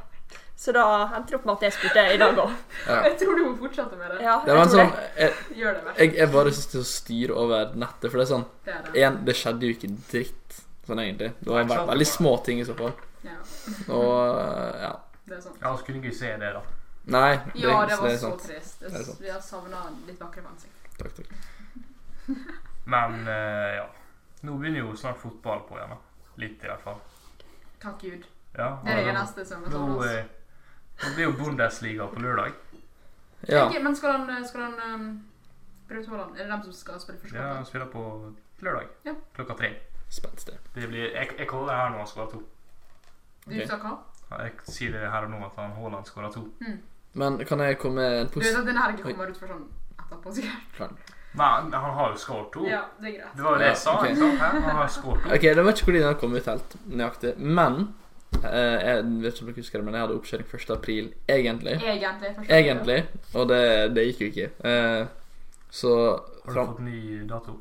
Speaker 1: Så da endte det opp med at jeg spurte i dag òg.
Speaker 3: Jeg tror du må fortsette med det.
Speaker 1: Ja,
Speaker 2: Det var
Speaker 1: jeg
Speaker 2: en
Speaker 1: tror
Speaker 2: sånn
Speaker 1: det.
Speaker 2: Jeg,
Speaker 3: Gjør det, vær
Speaker 2: jeg, jeg bare syns det er så styr over nettet, for det er sånn
Speaker 3: Det er det.
Speaker 2: en, Det skjedde jo ikke dritt, sånn egentlig. Det var ve veldig små ting i så fall.
Speaker 3: Ja,
Speaker 2: Og eh, ja.
Speaker 3: det er sant.
Speaker 4: Ja, så kunne ikke vi se det, da.
Speaker 2: Nei, det,
Speaker 3: Ja, det var
Speaker 2: er
Speaker 3: så
Speaker 2: sant.
Speaker 3: trist.
Speaker 2: Det er sant.
Speaker 3: Vi har savna litt vakre ansikt.
Speaker 2: Takk, takk.
Speaker 4: Men eh, ja. Nå begynner jo snart fotball på igjen. da Litt, i hvert fall.
Speaker 3: Takk Gud.
Speaker 4: Ja,
Speaker 3: Det er det
Speaker 4: og nå-
Speaker 3: eneste som altså. er
Speaker 4: Nå,
Speaker 3: savnet oss.
Speaker 4: eh, nå blir jo Bundesliga på lørdag.
Speaker 2: Ja.
Speaker 3: Ikke- Men skal han, skal han um, Braut Haaland, er det dem som skal spille første
Speaker 4: Ja,
Speaker 3: kamp?
Speaker 4: han spiller på lørdag
Speaker 3: Ja.
Speaker 4: klokka tre.
Speaker 2: Spenstig.
Speaker 4: Det blir, jeg, jeg kaller det her nå han skårer to.
Speaker 3: Du
Speaker 2: ok.
Speaker 3: sa hva?
Speaker 4: Jeg sier det her og nå at han Haaland skårer to.
Speaker 2: Men kan jeg komme med en
Speaker 3: Du vet at
Speaker 2: positiv
Speaker 3: denne helgen
Speaker 2: Oi.
Speaker 3: kommer ut for sånn etterpå, sikkert.
Speaker 4: Men han har jo skåret to.
Speaker 3: Ja, det er greit.
Speaker 4: Det var jo det jeg sa.
Speaker 2: Ja, ok.
Speaker 4: ikke sant? Hæ? Han har skåret to.
Speaker 2: Ok, det var ikke fordi den kom ut helt nøyaktig, men eh, Jeg vet ikke om dere husker det, men jeg hadde oppkjøring 1. april, egentlig.
Speaker 3: Egentlig. første
Speaker 2: Egentlig, og det, det gikk jo ikke. Eh, så
Speaker 4: Har du
Speaker 2: fram
Speaker 4: fått ny dato?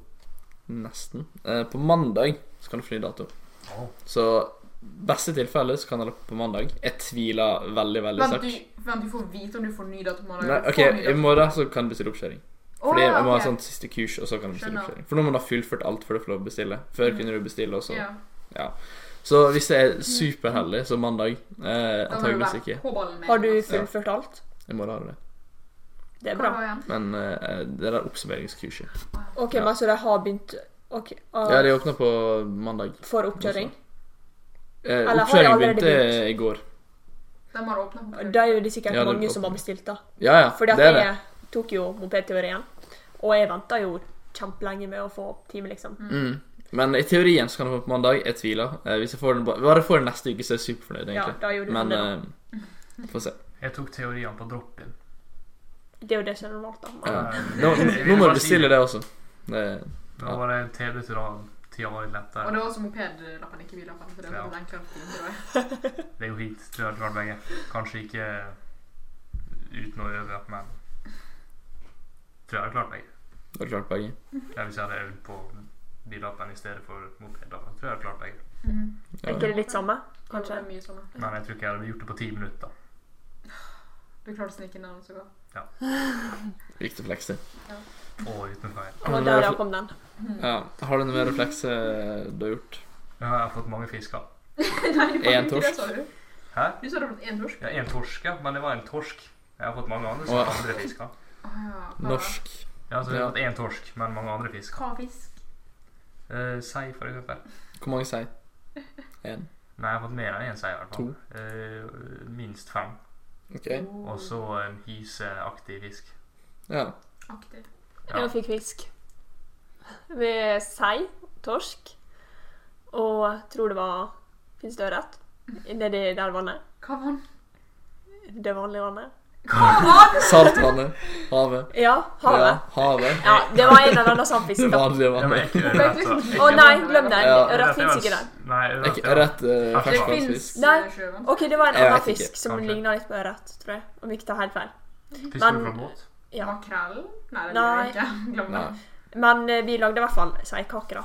Speaker 2: Nesten. Eh, på mandag så kan du få ny dato.
Speaker 4: Åh.
Speaker 2: Så beste tilfelle så kan jeg løpe på mandag. Jeg tviler veldig, veldig
Speaker 3: Vent,
Speaker 2: sterkt.
Speaker 3: du, vent, du får vite om du får ny dato på mandag.
Speaker 2: Nei,
Speaker 3: Du får
Speaker 2: OK,
Speaker 3: ny
Speaker 2: i
Speaker 3: dato.
Speaker 2: morgen så kan du bestille oppkjøring.
Speaker 3: Å,
Speaker 2: Fordi jeg må ha
Speaker 3: ok.
Speaker 2: sånn siste kurs, og så kan du bestille
Speaker 3: Skjønner.
Speaker 2: oppkjøring. For nå må du ha fullført alt før du får lov å bestille.
Speaker 1: Mm.
Speaker 2: Før kunne du bestille, og så
Speaker 3: Ja,
Speaker 2: Så hvis jeg er superheldig, så mandag eh,
Speaker 3: da må du
Speaker 2: Antageligvis
Speaker 3: være
Speaker 2: ikke.
Speaker 3: på ballen med.
Speaker 1: Har du
Speaker 3: Hva
Speaker 1: fullført alt?
Speaker 2: Jeg må lage det.
Speaker 1: Det er
Speaker 3: var
Speaker 1: bra.
Speaker 3: det igjen?
Speaker 2: Men eh, det der oppsummeringskurset
Speaker 1: OK, men så de har begynt ok, ah,
Speaker 2: Ja, de åpna på mandag.
Speaker 1: for oppkjøring?
Speaker 2: Eh,
Speaker 1: har de
Speaker 2: Oppkjøring
Speaker 1: allerede
Speaker 2: begynte
Speaker 1: begynt?
Speaker 2: i går.
Speaker 3: Den har åpnet på
Speaker 1: Da er jo det sikkert
Speaker 2: Ja, det er
Speaker 1: mange som
Speaker 2: åpnet.
Speaker 1: har bestilt, da.
Speaker 2: Ja, ja.
Speaker 1: Fordi at
Speaker 2: det er det.
Speaker 1: jeg tok jo mopedteorien, og jeg venta jo kjempelenge med å få time, liksom.
Speaker 3: Mm.
Speaker 2: Mm. Men i teorien så kan jeg få den på mandag. Jeg tviler. Eh, hvis jeg får den ba- bare får den neste uke, så er jeg superfornøyd,
Speaker 1: Ja,
Speaker 2: egentlig.
Speaker 1: da gjorde du
Speaker 2: Men
Speaker 1: det,
Speaker 2: eh, få se.
Speaker 4: Jeg tok teorien på drop-in.
Speaker 1: Det er jo det som er normalt, da.
Speaker 2: Ja.
Speaker 1: Men,
Speaker 2: Nå,
Speaker 4: Jeg
Speaker 2: nå
Speaker 4: ville
Speaker 2: må
Speaker 4: bare
Speaker 2: du
Speaker 4: si
Speaker 2: bestille
Speaker 4: det.
Speaker 2: det også. Det,
Speaker 4: Da var det TV-tida var litt
Speaker 2: Mm.
Speaker 3: Og
Speaker 4: lettere.
Speaker 3: det var også mopedlappen, ikke billappen. Så det var
Speaker 4: Ja.
Speaker 3: litt enklere å finne ut av det.
Speaker 4: Det er jo hit, tror jeg, drar begge. Kanskje ikke uten å øve, men tror jeg hadde klart meg.
Speaker 2: Du har klart begge.
Speaker 4: Ja, hvis jeg hadde øvd på billappen i stedet for moped, da tror jeg jeg hadde klart meg.
Speaker 1: Er ikke det litt samme? Mm. Kanskje?
Speaker 3: Jo, det er mye sånn. samme.
Speaker 4: Men jeg tror ikke jeg hadde gjort det på ti minutter.
Speaker 3: Du klarte å snike inn navnet så godt.
Speaker 2: Viktig fleks, det.
Speaker 4: Og uten feil.
Speaker 1: Og
Speaker 2: Har du,
Speaker 1: der
Speaker 2: noe
Speaker 1: da
Speaker 2: mer,
Speaker 1: kom den.
Speaker 2: ja. har du noe mer fleks eh, du har gjort?
Speaker 4: Ja, jeg har fått mange fisker.
Speaker 3: Nei, det var
Speaker 2: En
Speaker 3: ikke det,
Speaker 2: torsk.
Speaker 3: sa du.
Speaker 4: Hæ?
Speaker 3: Du sa du hadde fått én torsk.
Speaker 4: Ja, en torsk, ja. Men det var en torsk. Jeg har fått mange andre, som
Speaker 2: Åh.
Speaker 4: andre fisker.
Speaker 3: Ah, ja.
Speaker 2: Norsk.
Speaker 4: Ja, så jeg har
Speaker 2: Ja.
Speaker 4: fått én torsk, men mange andre fisk.
Speaker 3: Hva fisk?
Speaker 4: Eh, sei, for eksempel.
Speaker 2: Hvor mange sier? Én.
Speaker 4: Nei, jeg har fått mer enn én sei, i hvert fall.
Speaker 2: To.
Speaker 4: Eh, minst fem.
Speaker 2: OK.
Speaker 4: Og så en hyseaktig fisk.
Speaker 2: Ja.
Speaker 3: Aktiv.
Speaker 4: Ja.
Speaker 1: Jeg fikk fisk. Med sei, torsk og tror det var Fins det ørret? Nedi der vannet?
Speaker 3: Hva vann?
Speaker 1: Det vanlige vannet?
Speaker 2: Saltvannet. Havet.
Speaker 1: Ja,
Speaker 2: Ja,
Speaker 1: havet.
Speaker 2: havet.
Speaker 1: Ja, det var en eller annen sånn fisk.
Speaker 2: Det
Speaker 1: da.
Speaker 2: vanlige
Speaker 4: Ja, men
Speaker 2: vannet.
Speaker 4: ikke
Speaker 3: Det er
Speaker 4: ørret,
Speaker 3: liksom
Speaker 4: da.
Speaker 3: ikke
Speaker 1: Å nei,
Speaker 3: vann,
Speaker 1: glem den.
Speaker 2: Ja.
Speaker 1: Ørret fins ikke der.
Speaker 4: der. altså- Nei, ørret
Speaker 2: Ikke
Speaker 4: er-
Speaker 2: rett eh,
Speaker 4: Det
Speaker 3: Det
Speaker 4: Hva
Speaker 2: ferskvannsfisk.
Speaker 3: fins
Speaker 1: Nei.
Speaker 3: sjøvann.
Speaker 1: OK, det var en
Speaker 2: Jeg
Speaker 1: annen
Speaker 2: vet ikke.
Speaker 1: fisk som
Speaker 4: Kanskje.
Speaker 1: ligna litt på ørret, tror jeg. Om jeg ikke tar helt feil.
Speaker 4: Fisker du
Speaker 1: Men-
Speaker 4: fra båt?
Speaker 1: Ja.
Speaker 3: Makrell? Nei, det gjør
Speaker 1: Nei.
Speaker 3: jeg ikke. Glem det.
Speaker 2: Nei.
Speaker 1: Men eh, vi lagde i hvert fall seikake, da.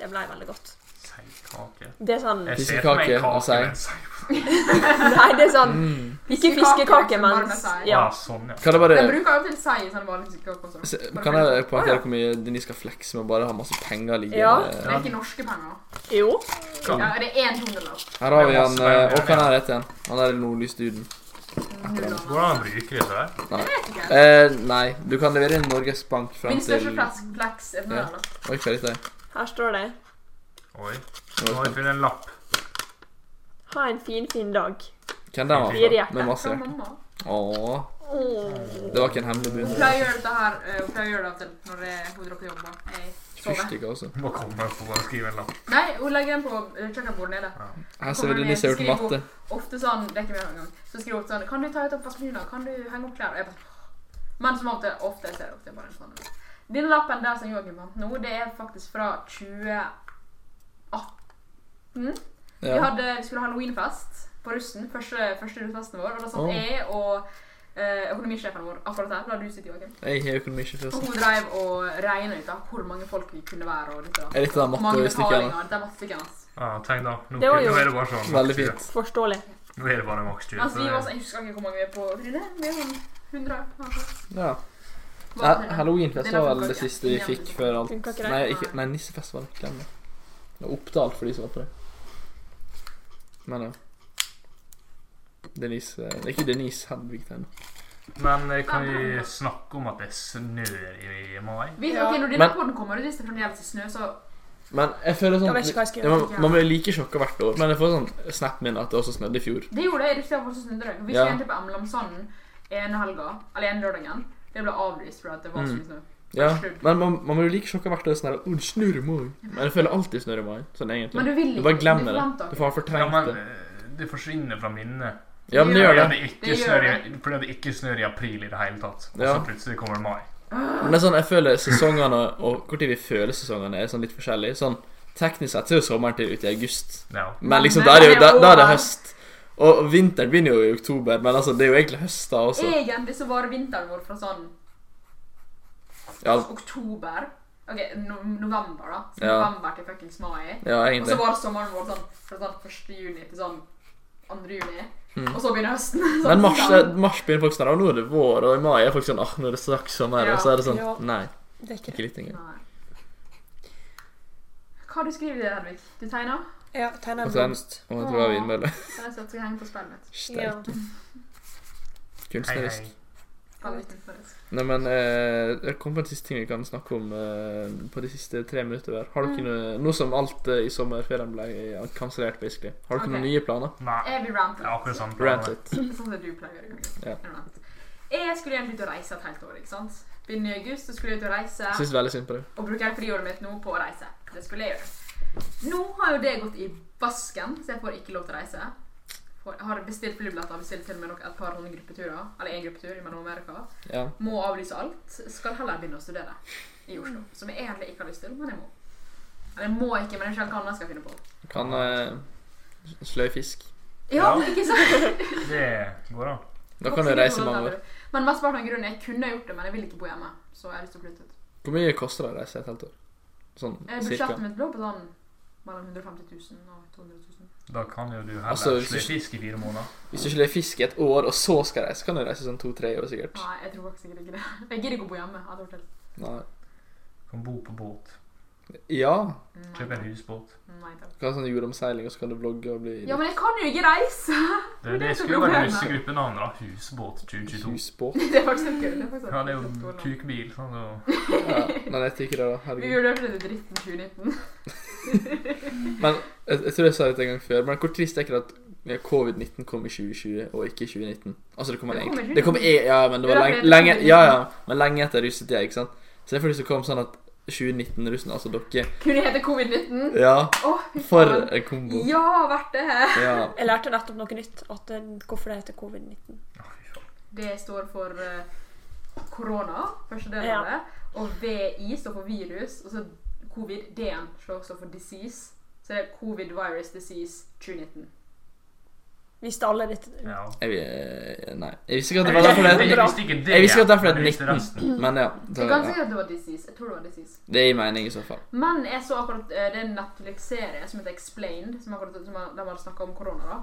Speaker 1: Det blei veldig godt.
Speaker 4: Seikake.
Speaker 1: Det er sånn
Speaker 4: Jeg ser for meg en
Speaker 2: Fiskekake og
Speaker 4: kake
Speaker 2: sei.
Speaker 4: med en sei. på.
Speaker 1: Nei, det er sånn
Speaker 2: Mm.
Speaker 1: Ikke
Speaker 3: Fiskekake,
Speaker 1: fiskekake,
Speaker 3: liksom, bare
Speaker 1: men
Speaker 3: med sei.
Speaker 1: ja.
Speaker 4: Ah, sånn, ja.
Speaker 2: Kan jeg bare
Speaker 3: Den bruker av og til sei i sånn vanlig fiskekake også.
Speaker 2: se-
Speaker 3: Bare
Speaker 2: Kan
Speaker 3: fordi-
Speaker 2: jeg
Speaker 3: Å,
Speaker 2: poengtere
Speaker 3: ja.
Speaker 2: hvor mye Denise skal flekse med å bare ha masse penger
Speaker 1: Ja.
Speaker 2: liggende?
Speaker 3: Det er ikke norske penger.
Speaker 1: Jo.
Speaker 3: Ja, det er én hundrelapp.
Speaker 2: Her har vi han
Speaker 4: Det er masse
Speaker 2: eh, Og
Speaker 4: penger,
Speaker 2: hva er han heter igjen? Han der nordlysduden.
Speaker 3: Null dollar.
Speaker 4: Hvordan bruker de det der?
Speaker 3: Jeg vet ikke.
Speaker 2: Eh, nei, du kan levere inn Norges Bank fram
Speaker 3: Min
Speaker 2: til
Speaker 3: største flesk, fleks er den
Speaker 2: Ja.
Speaker 3: der, da.
Speaker 2: Oi, hva er dette?
Speaker 1: Her står det
Speaker 4: Oi. Nå har vi funnet en lapp.
Speaker 1: Ha en fin, fin dag.
Speaker 2: Hvem den var
Speaker 1: Fire
Speaker 2: fra?
Speaker 1: hjerter.
Speaker 2: Med masse
Speaker 3: Fra
Speaker 2: hjerter.
Speaker 3: mamma.
Speaker 2: Åh, det var ikke en hemmelig
Speaker 3: Hun
Speaker 2: bunn.
Speaker 3: pleier å gjøre dette her eh, Hun pleier å gjøre det av og til når jeg- hun drar på jobb. og Jeg sover.
Speaker 2: Fyrstikker også.
Speaker 4: Må komme og bare skrive en lapp.
Speaker 3: Nei, hun legger den på eh, kjøkkenbordet nede.
Speaker 2: Her ser vi Denise har gjort
Speaker 3: Skriver hun
Speaker 2: matte.
Speaker 3: Ofte sånn, det er ikke mer engang Så skriver hun ofte sånn Kan du ta ut oppvaskmaskinen? Kan du henge opp klær? Og jeg bare «Åh». Men som ofte, ofte jeg ser det ofte bare en sånn Denne lappen der som Joakim fant nå, det er faktisk fra 2018. Vi,
Speaker 2: Ja.
Speaker 3: hadde, vi skulle ha halloweenfest på Russen, første, første russefesten vår. Og da satt
Speaker 2: Åh.
Speaker 3: jeg og eh, økonomisjefen vår akkurat der. Da hadde du sittet, Joakim.
Speaker 2: Jeg har økonomisjefen.
Speaker 3: Og hun drev og regna ut da, hvor mange folk vi kunne være. og dette da.
Speaker 2: Er dette den
Speaker 3: Mange
Speaker 2: mattestikken?
Speaker 3: betalinger. Det er mattestykken hans.
Speaker 4: Ja, Ah, tenk da. Nå,
Speaker 1: Det var jo-
Speaker 4: nå er det bare sånn. maks
Speaker 2: Veldig
Speaker 4: 20.
Speaker 2: fint.
Speaker 1: Forståelig.
Speaker 4: Nå er det bare maks 20.
Speaker 3: Altså,
Speaker 4: så
Speaker 3: vi
Speaker 4: det-
Speaker 3: var sånn, Jeg husker ikke hvor mange vi er på Trine. Vi er sånn 100. kanskje.
Speaker 2: Ja.
Speaker 3: Hva
Speaker 2: Nei,
Speaker 3: er det?
Speaker 2: Halloweenfest
Speaker 3: Den er
Speaker 2: var
Speaker 3: for
Speaker 2: vel det
Speaker 3: kort, ja.
Speaker 2: siste vi fikk før alt.
Speaker 1: Funka ikke det?
Speaker 2: Nei, ikke, nei nissefest var det. Glem det. Det var opptalt for de som var på det. Men ja. Denise eh, Ikke Denise Hedvig den.
Speaker 4: Men eh, kan vi snakke om at det snør i i mai?
Speaker 3: Hvis, ok, når denne
Speaker 2: Men-
Speaker 3: podden kommer, og hvis det fremdeles er snø, så
Speaker 2: Men jeg føler sånn
Speaker 1: Jeg vet ikke hva jeg skal
Speaker 2: Ja,
Speaker 1: gjøre.
Speaker 2: man, man blir like sjokka hvert år. Men jeg får sånn snap min at det også snødde i fjor.
Speaker 3: Det gjorde det. Riktig nok, så snudde det. Vi
Speaker 2: Ja.
Speaker 3: skulle egentlig på Emlandssanden en helga, eller en lørdagen. Det ble avlyst fordi at det var
Speaker 2: Mm.
Speaker 3: så mye snø.
Speaker 2: Ja,
Speaker 3: Slutt.
Speaker 2: Men man, man blir like sjokka hvert år. Sånn her, «Å, det snør i mai. Men jeg føler alltid snør i mai. Sånn egentlig.
Speaker 3: Men du vil ikke,
Speaker 2: bare
Speaker 3: du
Speaker 2: glemmer det.
Speaker 3: forventer
Speaker 2: Du får ha
Speaker 4: Ja,
Speaker 2: fortrengt
Speaker 4: men
Speaker 2: det.
Speaker 4: eh, det forsvinner fra minnet.
Speaker 2: Ja, men det
Speaker 4: Fordi
Speaker 2: gjør det.
Speaker 4: at det ikke
Speaker 3: Det gjør
Speaker 4: snør i, fordi at det ikke snør i april i det hele tatt. Og så
Speaker 2: Ja.
Speaker 4: plutselig kommer mai.
Speaker 2: Men det er sånn, jeg føler sesongene og hvor tid vi føler sesongene, er sånn litt forskjellige. Sånn teknisk sett så er jo sommeren til ute i august.
Speaker 4: Ja.
Speaker 2: Men liksom,
Speaker 3: Men
Speaker 2: da er det jo
Speaker 3: det er
Speaker 2: da, da er det
Speaker 3: over.
Speaker 2: høst. Og vinteren begynner jo i oktober, men altså, det er jo egentlig høst da også.
Speaker 3: Egentlig så varer vinteren vår fra sånn
Speaker 2: Ja,
Speaker 3: oktober Ok, no november, da. Så
Speaker 2: Ja.
Speaker 3: November til fuckings mai.
Speaker 2: ja
Speaker 3: Og så
Speaker 2: egentlig.
Speaker 3: varer sommeren vår sånn fra sånn 1. juni til sånn 2. juni.
Speaker 2: Mm.
Speaker 3: Og så begynner høsten. Sånn,
Speaker 2: Men mars,
Speaker 3: sånn.
Speaker 2: mars begynner folk sånn, «Å, nå er det vår, og i mai er folk sånn, ah, nå er det straks sommer,
Speaker 3: Ja.
Speaker 2: og så er det sånn,
Speaker 1: Ja.
Speaker 2: nei,
Speaker 1: Det er ikke det.
Speaker 2: ikke litt engang.
Speaker 3: Nei. Hva har du skriver du, Hedvig? Du tegner?
Speaker 1: Ja, tegner en
Speaker 2: Og så en-
Speaker 1: blomst.
Speaker 2: Og jeg tror jeg vindmølle.
Speaker 3: Kan jeg sette henge på spillet mitt?
Speaker 1: Ja.
Speaker 2: Steik.
Speaker 4: Hei,
Speaker 2: Kunstnerisk.
Speaker 4: hei.
Speaker 3: Spillet mitt er faktisk.
Speaker 2: Nei, men eh, jeg kom på en siste ting vi kan snakke om eh, på de siste tre minutter her. Har dere noe, nå som alt eh, i sommerferien ble eh, kansellert, basically, har dere
Speaker 3: Ok.
Speaker 2: noen nye planer?
Speaker 4: Nei,
Speaker 3: Jeg vil rante
Speaker 4: det er akkurat sånn.
Speaker 2: Rant it.
Speaker 3: litt, sånn som du pleier å gjøre.
Speaker 2: Ja.
Speaker 3: En rant. Jeg skulle egentlig ut og reise et helt år, ikke sant? Begynne i august, så skulle jeg ut og reise,
Speaker 2: Syns veldig synd på det.
Speaker 3: og bruke hele friåret mitt nå på å reise. Det skulle jeg gjøre. Nå har jo det gått i vasken, så jeg får ikke lov til å reise. Får- Jeg har bestilt flybilletter, bestilt til og med nok et par sånne gruppeturer, eller en gruppetur i Mellom-Amerika.
Speaker 2: Ja.
Speaker 3: Må avlyse alt. Skal heller begynne å studere i Oslo. Som jeg egentlig ikke har lyst til, men jeg må. Eller jeg må ikke, men jeg skjønner hva annet jeg skal finne på.
Speaker 2: Kan eh, sløy fisk.
Speaker 3: Ja,
Speaker 4: Ja.
Speaker 3: ikke sant?
Speaker 4: Det går an.
Speaker 2: Da kan du reise mange år.
Speaker 3: Men mesteparten av grunnen er jeg kunne gjort det, men jeg vil ikke bo hjemme. Så jeg har lyst til å flytte ut.
Speaker 2: Hvor mye koster det å reise et helt år? Sånn
Speaker 3: Eh,
Speaker 2: cirka.
Speaker 3: Budsjettet mitt lå på sånn mellom 150 000 og 200 000.
Speaker 4: Da kan jo du heller
Speaker 2: Altså, hvis
Speaker 4: sle
Speaker 2: du-
Speaker 4: fisk i fire måneder.
Speaker 2: Hvis du ikke lever fisk i et år, og så skal reise, kan du reise sånn to-tre år sikkert.
Speaker 3: Nei, jeg tror faktisk sikkert ikke det. Jeg gidder ikke å bo hjemme. Hadde vært helt
Speaker 2: Nei.
Speaker 4: Kan bo på båt.
Speaker 2: Ja.
Speaker 4: Kjøpe en husbåt.
Speaker 3: Nei takk.
Speaker 2: Du kan ha sånn jordomseiling, og så kan du vlogge og bli
Speaker 3: Ja, men jeg kan jo ikke reise!
Speaker 4: Det,
Speaker 3: som
Speaker 4: det
Speaker 3: er
Speaker 4: skulle jo være
Speaker 3: problemet.
Speaker 4: russegruppenavn, da. Husbåt 2022.
Speaker 2: husbåt.
Speaker 3: Det er faktisk litt gøy. Det er faktisk
Speaker 4: Ja, det er
Speaker 3: et godt
Speaker 4: jo
Speaker 3: ordnavn.
Speaker 4: kukbil. Sånn, så-
Speaker 2: Ja, nei, jeg tenker det, da.
Speaker 3: Vi
Speaker 2: Herregud.
Speaker 3: vurderte det til dritten 2019.
Speaker 2: Men jeg, jeg tror jeg sa det en gang før, men hvor trist er ikke det at covid-19 kom i 2020, og ikke i 2019? Altså, det kom
Speaker 3: Det kom i
Speaker 2: egentlig
Speaker 3: 2019.
Speaker 2: Det kom e Ja, men det var
Speaker 3: Det
Speaker 2: lenge,
Speaker 3: er derfor det
Speaker 2: lenge
Speaker 3: kom i
Speaker 2: Ja, ja, men lenge etter russetida, ikke sant? Så det er faktisk det kom sånn at 2019-russen, altså dere
Speaker 3: Kunne hete covid-19.
Speaker 2: Ja,
Speaker 3: Å, fy
Speaker 2: for
Speaker 3: faen.
Speaker 2: en kombo.
Speaker 3: Ja, verdt det!
Speaker 2: Ja.
Speaker 1: Jeg lærte nettopp noe nytt. At det- hvorfor det heter covid-19.
Speaker 3: Det står for eh, korona, første del
Speaker 1: Ja.
Speaker 3: av det. Og VI står for virus. Og så covid. D-en står også for disease. Så det er covid virus disease 2019.
Speaker 1: Visste alle dette?
Speaker 4: Ja.
Speaker 2: Jeg, vil- nei. jeg visste ikke at det var derfor det
Speaker 4: Jeg
Speaker 2: het
Speaker 4: visste ikke det.
Speaker 2: Jeg visste ikke at derfor
Speaker 4: men
Speaker 2: det
Speaker 4: jeg visste
Speaker 2: het 19, men ja.
Speaker 3: Det
Speaker 2: Det,
Speaker 3: er ganske
Speaker 2: ja.
Speaker 3: sikkert at det var disease. Jeg tror det var disease.
Speaker 2: det gir mening i så fall.
Speaker 3: Men jeg så akkurat eh, det er en Netflix-serie som heter Explained, som akkurat som har- de hadde snakka om korona. da.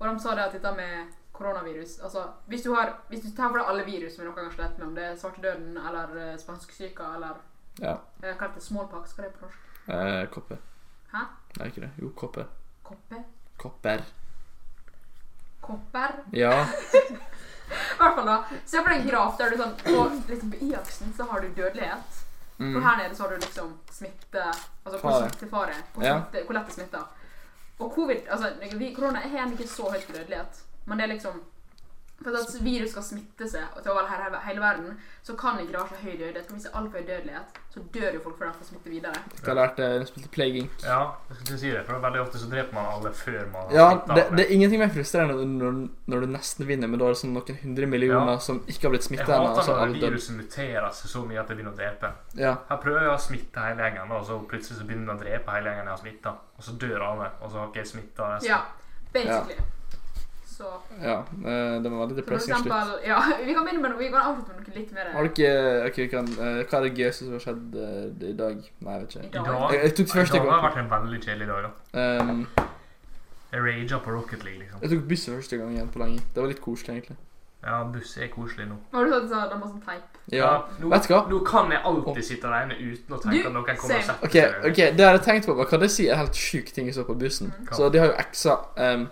Speaker 3: Og de sa det at dette med koronavirus altså, Hvis du har, hvis du tar for deg alle virus som vi noen gang har slett med, om det er svartedauden eller eh, spanskesyka eller
Speaker 2: Ja.
Speaker 3: eh, Hva heter det? Smallpox? Hva er det på norsk?
Speaker 2: Eh, kopper.
Speaker 3: Hæ?
Speaker 2: Er det ikke det? Jo, kopper.
Speaker 3: Kopper?
Speaker 2: Kopper.
Speaker 3: Kopper?
Speaker 2: Ja.
Speaker 3: I hvert fall da. Se på den graf der du sånn På liksom på y-aksen så har du dødelighet.
Speaker 2: Mm.
Speaker 3: Og her nede så har du liksom smitte Altså hvor
Speaker 2: Fare.
Speaker 3: smittefare. Hvor,
Speaker 2: Ja.
Speaker 3: smitte, hvor lett det smitter. Og covid Altså vi, korona har igjen ikke så høy dødelighet, men det er liksom for at virus skal smitte seg og til over hele, hele verden, så kan ikke det være så høy dødelighet. For hvis det er altfor høy dødelighet, så dør jo folk før de får smitte videre.
Speaker 2: Jeg lærte jeg spilte Plague Inc.
Speaker 4: Ja, jeg skulle til å si det, for veldig ofte så dreper man alle før man har
Speaker 2: Ja,
Speaker 4: smittet
Speaker 2: det,
Speaker 4: alle.
Speaker 2: det er ingenting mer frustrerende enn når, når du nesten vinner, men da er det sånn noen hundre millioner
Speaker 4: Ja.
Speaker 2: som ikke har blitt
Speaker 4: Jeg
Speaker 2: smittet ennå. og
Speaker 4: hater
Speaker 2: så er
Speaker 4: når
Speaker 2: alle døde.
Speaker 4: viruset muterer seg så mye at det begynner å drepe.
Speaker 2: Ja.
Speaker 4: Her prøver jeg å smitte hele gjengen, da, og så plutselig så begynner den å drepe hele gjengen jeg har smitta. Og så dør alle, og så har ikke jeg smitta resten.
Speaker 3: Ja, basically. Så
Speaker 2: ja. eh, Det var veldig
Speaker 3: for
Speaker 2: depressing
Speaker 3: eksempel eh,
Speaker 2: slutt.
Speaker 3: Ja, vi kan begynne med noe, vi kan avslutte med noe litt mer
Speaker 2: Har du ikke Ok, vi kan eh, Hva er det gøyeste som har skjedd eh, i dag? Nei, jeg vet
Speaker 3: i
Speaker 2: ikke.
Speaker 3: dag.
Speaker 4: dag-
Speaker 2: Jeg- jeg tok først i
Speaker 4: I dag
Speaker 2: går.
Speaker 4: har det vært en veldig kjedelig dag, da.
Speaker 2: Um,
Speaker 4: Jeg raget på Rocket League, liksom.
Speaker 2: jeg tok buss for første gang igjen på lenge. Det var litt koselig, egentlig.
Speaker 4: Ja, buss er koselig nå.
Speaker 3: Har du sånn at de har sånn teip?
Speaker 2: Ja.
Speaker 4: nå,
Speaker 2: Vet du hva?
Speaker 4: Nå kan jeg alltid sitte alene uten å tenke at noen kommer og
Speaker 3: same.
Speaker 4: setter
Speaker 2: Ok, ok, det har jeg tenkt på, men kan det si en helt sjuk ting jeg så på bussen?
Speaker 4: Mm.
Speaker 2: Så de har jo eksa em,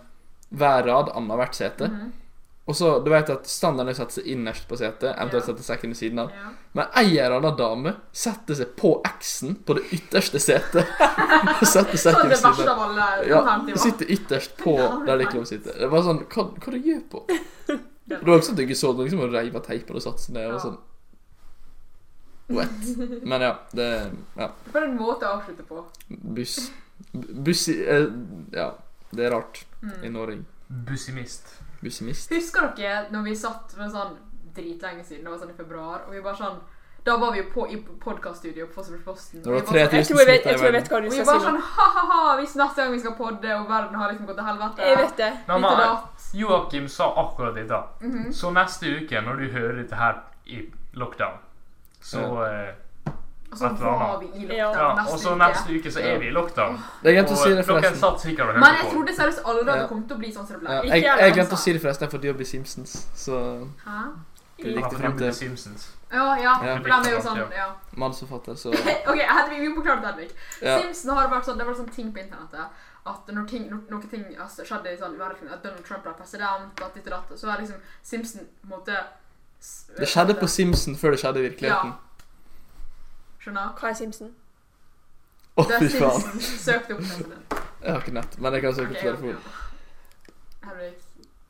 Speaker 2: hver rad annethvert sete.
Speaker 3: Mhm.
Speaker 2: Og så, du vet at standarden er å sette seg innerst på setet, eventuelt
Speaker 3: Ja.
Speaker 2: sette sekken ved siden av.
Speaker 3: Ja.
Speaker 2: Men ei eller annen dame setter seg på X-en på det ytterste setet. og setter
Speaker 3: Sånn
Speaker 2: sekken ved
Speaker 3: det verste
Speaker 2: siden
Speaker 3: av
Speaker 2: av.
Speaker 3: alle
Speaker 2: Ja,
Speaker 3: alternativer.
Speaker 2: sitter ytterst på
Speaker 3: Ja, det er
Speaker 2: der de ikke lov å sitte. Det var sånn, hva, hva du gjør på? Det var også sånn at du ikke så noen som reiv av teipen og satt seg ned og
Speaker 3: Ja.
Speaker 2: sånn. Wet. Men ja, det Ja.
Speaker 3: For en måte å avslutte på.
Speaker 2: Buss B- Buss i- eh, Ja, det er rart.
Speaker 3: Mm.
Speaker 2: En åring.
Speaker 4: Bussimist.
Speaker 2: Bussimist.
Speaker 3: Husker dere når vi satt med sånn dritlenge siden, det var sånn i februar, og vi bare sånn Da var vi jo på, i podcaststudio på Sørposten.
Speaker 2: Det var 3000
Speaker 1: Jeg tror jeg vet, jeg
Speaker 2: smitta i
Speaker 1: tror jeg vet
Speaker 2: verden.
Speaker 1: hva du
Speaker 3: sånn-
Speaker 1: skal
Speaker 3: Vi var
Speaker 1: si.
Speaker 3: sånn
Speaker 1: nå.
Speaker 3: ha-ha-ha hvis neste gang vi skal podde og verden har liksom gått til helvete.
Speaker 1: Jeg vet det.
Speaker 3: Litt Mhm.
Speaker 4: Mamma,
Speaker 3: lat.
Speaker 4: Joakim sa akkurat dette. Så neste uke, når du hører dette her i lockdown, så eh,
Speaker 3: Og så
Speaker 4: Et eller
Speaker 3: var
Speaker 4: annet.
Speaker 3: vi i
Speaker 1: Ja.
Speaker 3: lockdown
Speaker 4: ja,
Speaker 3: neste
Speaker 4: Og så
Speaker 3: uke.
Speaker 4: neste uke så er vi i lockdown.
Speaker 2: Jeg glemte å si det,
Speaker 4: dere
Speaker 2: forresten.
Speaker 4: satt sikkert og
Speaker 3: Men jeg
Speaker 4: hørte på.
Speaker 3: trodde seriøst aldri at
Speaker 2: Ja.
Speaker 3: det kom til å bli sånn som det
Speaker 2: Ja,
Speaker 3: ble.
Speaker 2: jeg,
Speaker 1: heller,
Speaker 2: jeg
Speaker 3: han
Speaker 2: glemte å
Speaker 3: sa.
Speaker 2: si det, forresten. Jeg får jobb i Simpsons, så
Speaker 3: Hæ?
Speaker 2: Jeg
Speaker 4: Han
Speaker 2: likte
Speaker 4: har
Speaker 2: frem
Speaker 4: fått
Speaker 2: til
Speaker 4: The Simpsons.
Speaker 3: Ja, ja.
Speaker 2: Ja.
Speaker 3: For den er jo sånn, ja.
Speaker 2: mannsforfatter, så
Speaker 3: Ok, Hedvig, vi må forklare det, Hedvig.
Speaker 2: Ja.
Speaker 3: Simpson har vært sånn, det har vært sånn ting på internettet at når ting, når, noen ting har skjedd i sånn verden, at Donald Trump ble president, at ditt og datt, så er liksom Simpson på en måte s-
Speaker 2: Det skjedde på Simpson før det skjedde i virkeligheten.
Speaker 3: Skjønner?
Speaker 1: Hva er Simpson?
Speaker 2: Å,
Speaker 3: Det
Speaker 2: fy
Speaker 3: er
Speaker 2: faen.
Speaker 3: Simpson. Søk det opp. Simpson.
Speaker 2: Jeg har ikke nett, men jeg kan søke
Speaker 3: Ok,
Speaker 2: på
Speaker 3: ja,
Speaker 2: telefon.
Speaker 3: ja. Hedvig,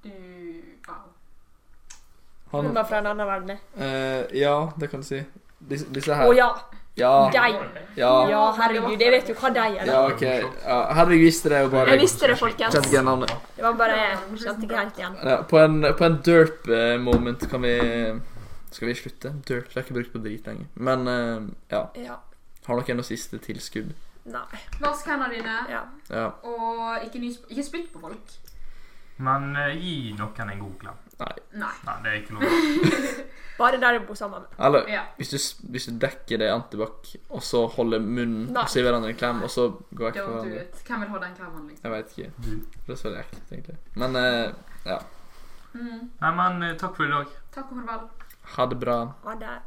Speaker 3: du Wow.
Speaker 1: Hun
Speaker 2: Han
Speaker 1: var fra en annen verden. jeg.
Speaker 2: eh, Ja, det kan du si. Disse, disse
Speaker 1: Å
Speaker 2: her.
Speaker 1: ja!
Speaker 2: Ja.
Speaker 1: Deg!
Speaker 2: Ja,
Speaker 1: Ja, herregud, jeg vet jo hva deg er. da.
Speaker 2: ja OK. Ja, Hedvig visste det jo bare.
Speaker 1: Jeg visste det, folkens.
Speaker 2: Kjente ikke igjen navnet.
Speaker 1: Det var bare jeg kjente ikke helt igjen.
Speaker 2: Ja, på en, på en derp eh, moment kan vi Skal vi slutte? Derp det er ikke brukt på drit lenger. Men eh, ja.
Speaker 1: Ja.
Speaker 2: Har dere noe siste tilskudd?
Speaker 1: Nei.
Speaker 3: Vask hendene dine,
Speaker 1: Ja.
Speaker 2: Ja.
Speaker 3: og ikke, nys- ikke spytt på folk.
Speaker 4: Men eh, gi noen en god klem.
Speaker 2: Nei.
Speaker 3: Nei.
Speaker 4: det er ikke noe.
Speaker 1: Bare der du bor sammen med.
Speaker 2: Eller
Speaker 1: Ja.
Speaker 2: hvis, du, s- hvis du dekker det i antibac, og så holder munnen
Speaker 3: Nei.
Speaker 2: og sier hverandre en klem, og så går vekk fra
Speaker 3: Don't do
Speaker 2: hverandre
Speaker 3: it. Hvem vil ha den klemmen, liksom?
Speaker 2: Jeg veit ikke. Det er så veldig ekkelt, egentlig. Men eh, ja.
Speaker 3: Mm.
Speaker 4: Nei, men eh, takk for i dag.
Speaker 3: Takk og farvel.
Speaker 2: Ha det bra.
Speaker 1: Ha det.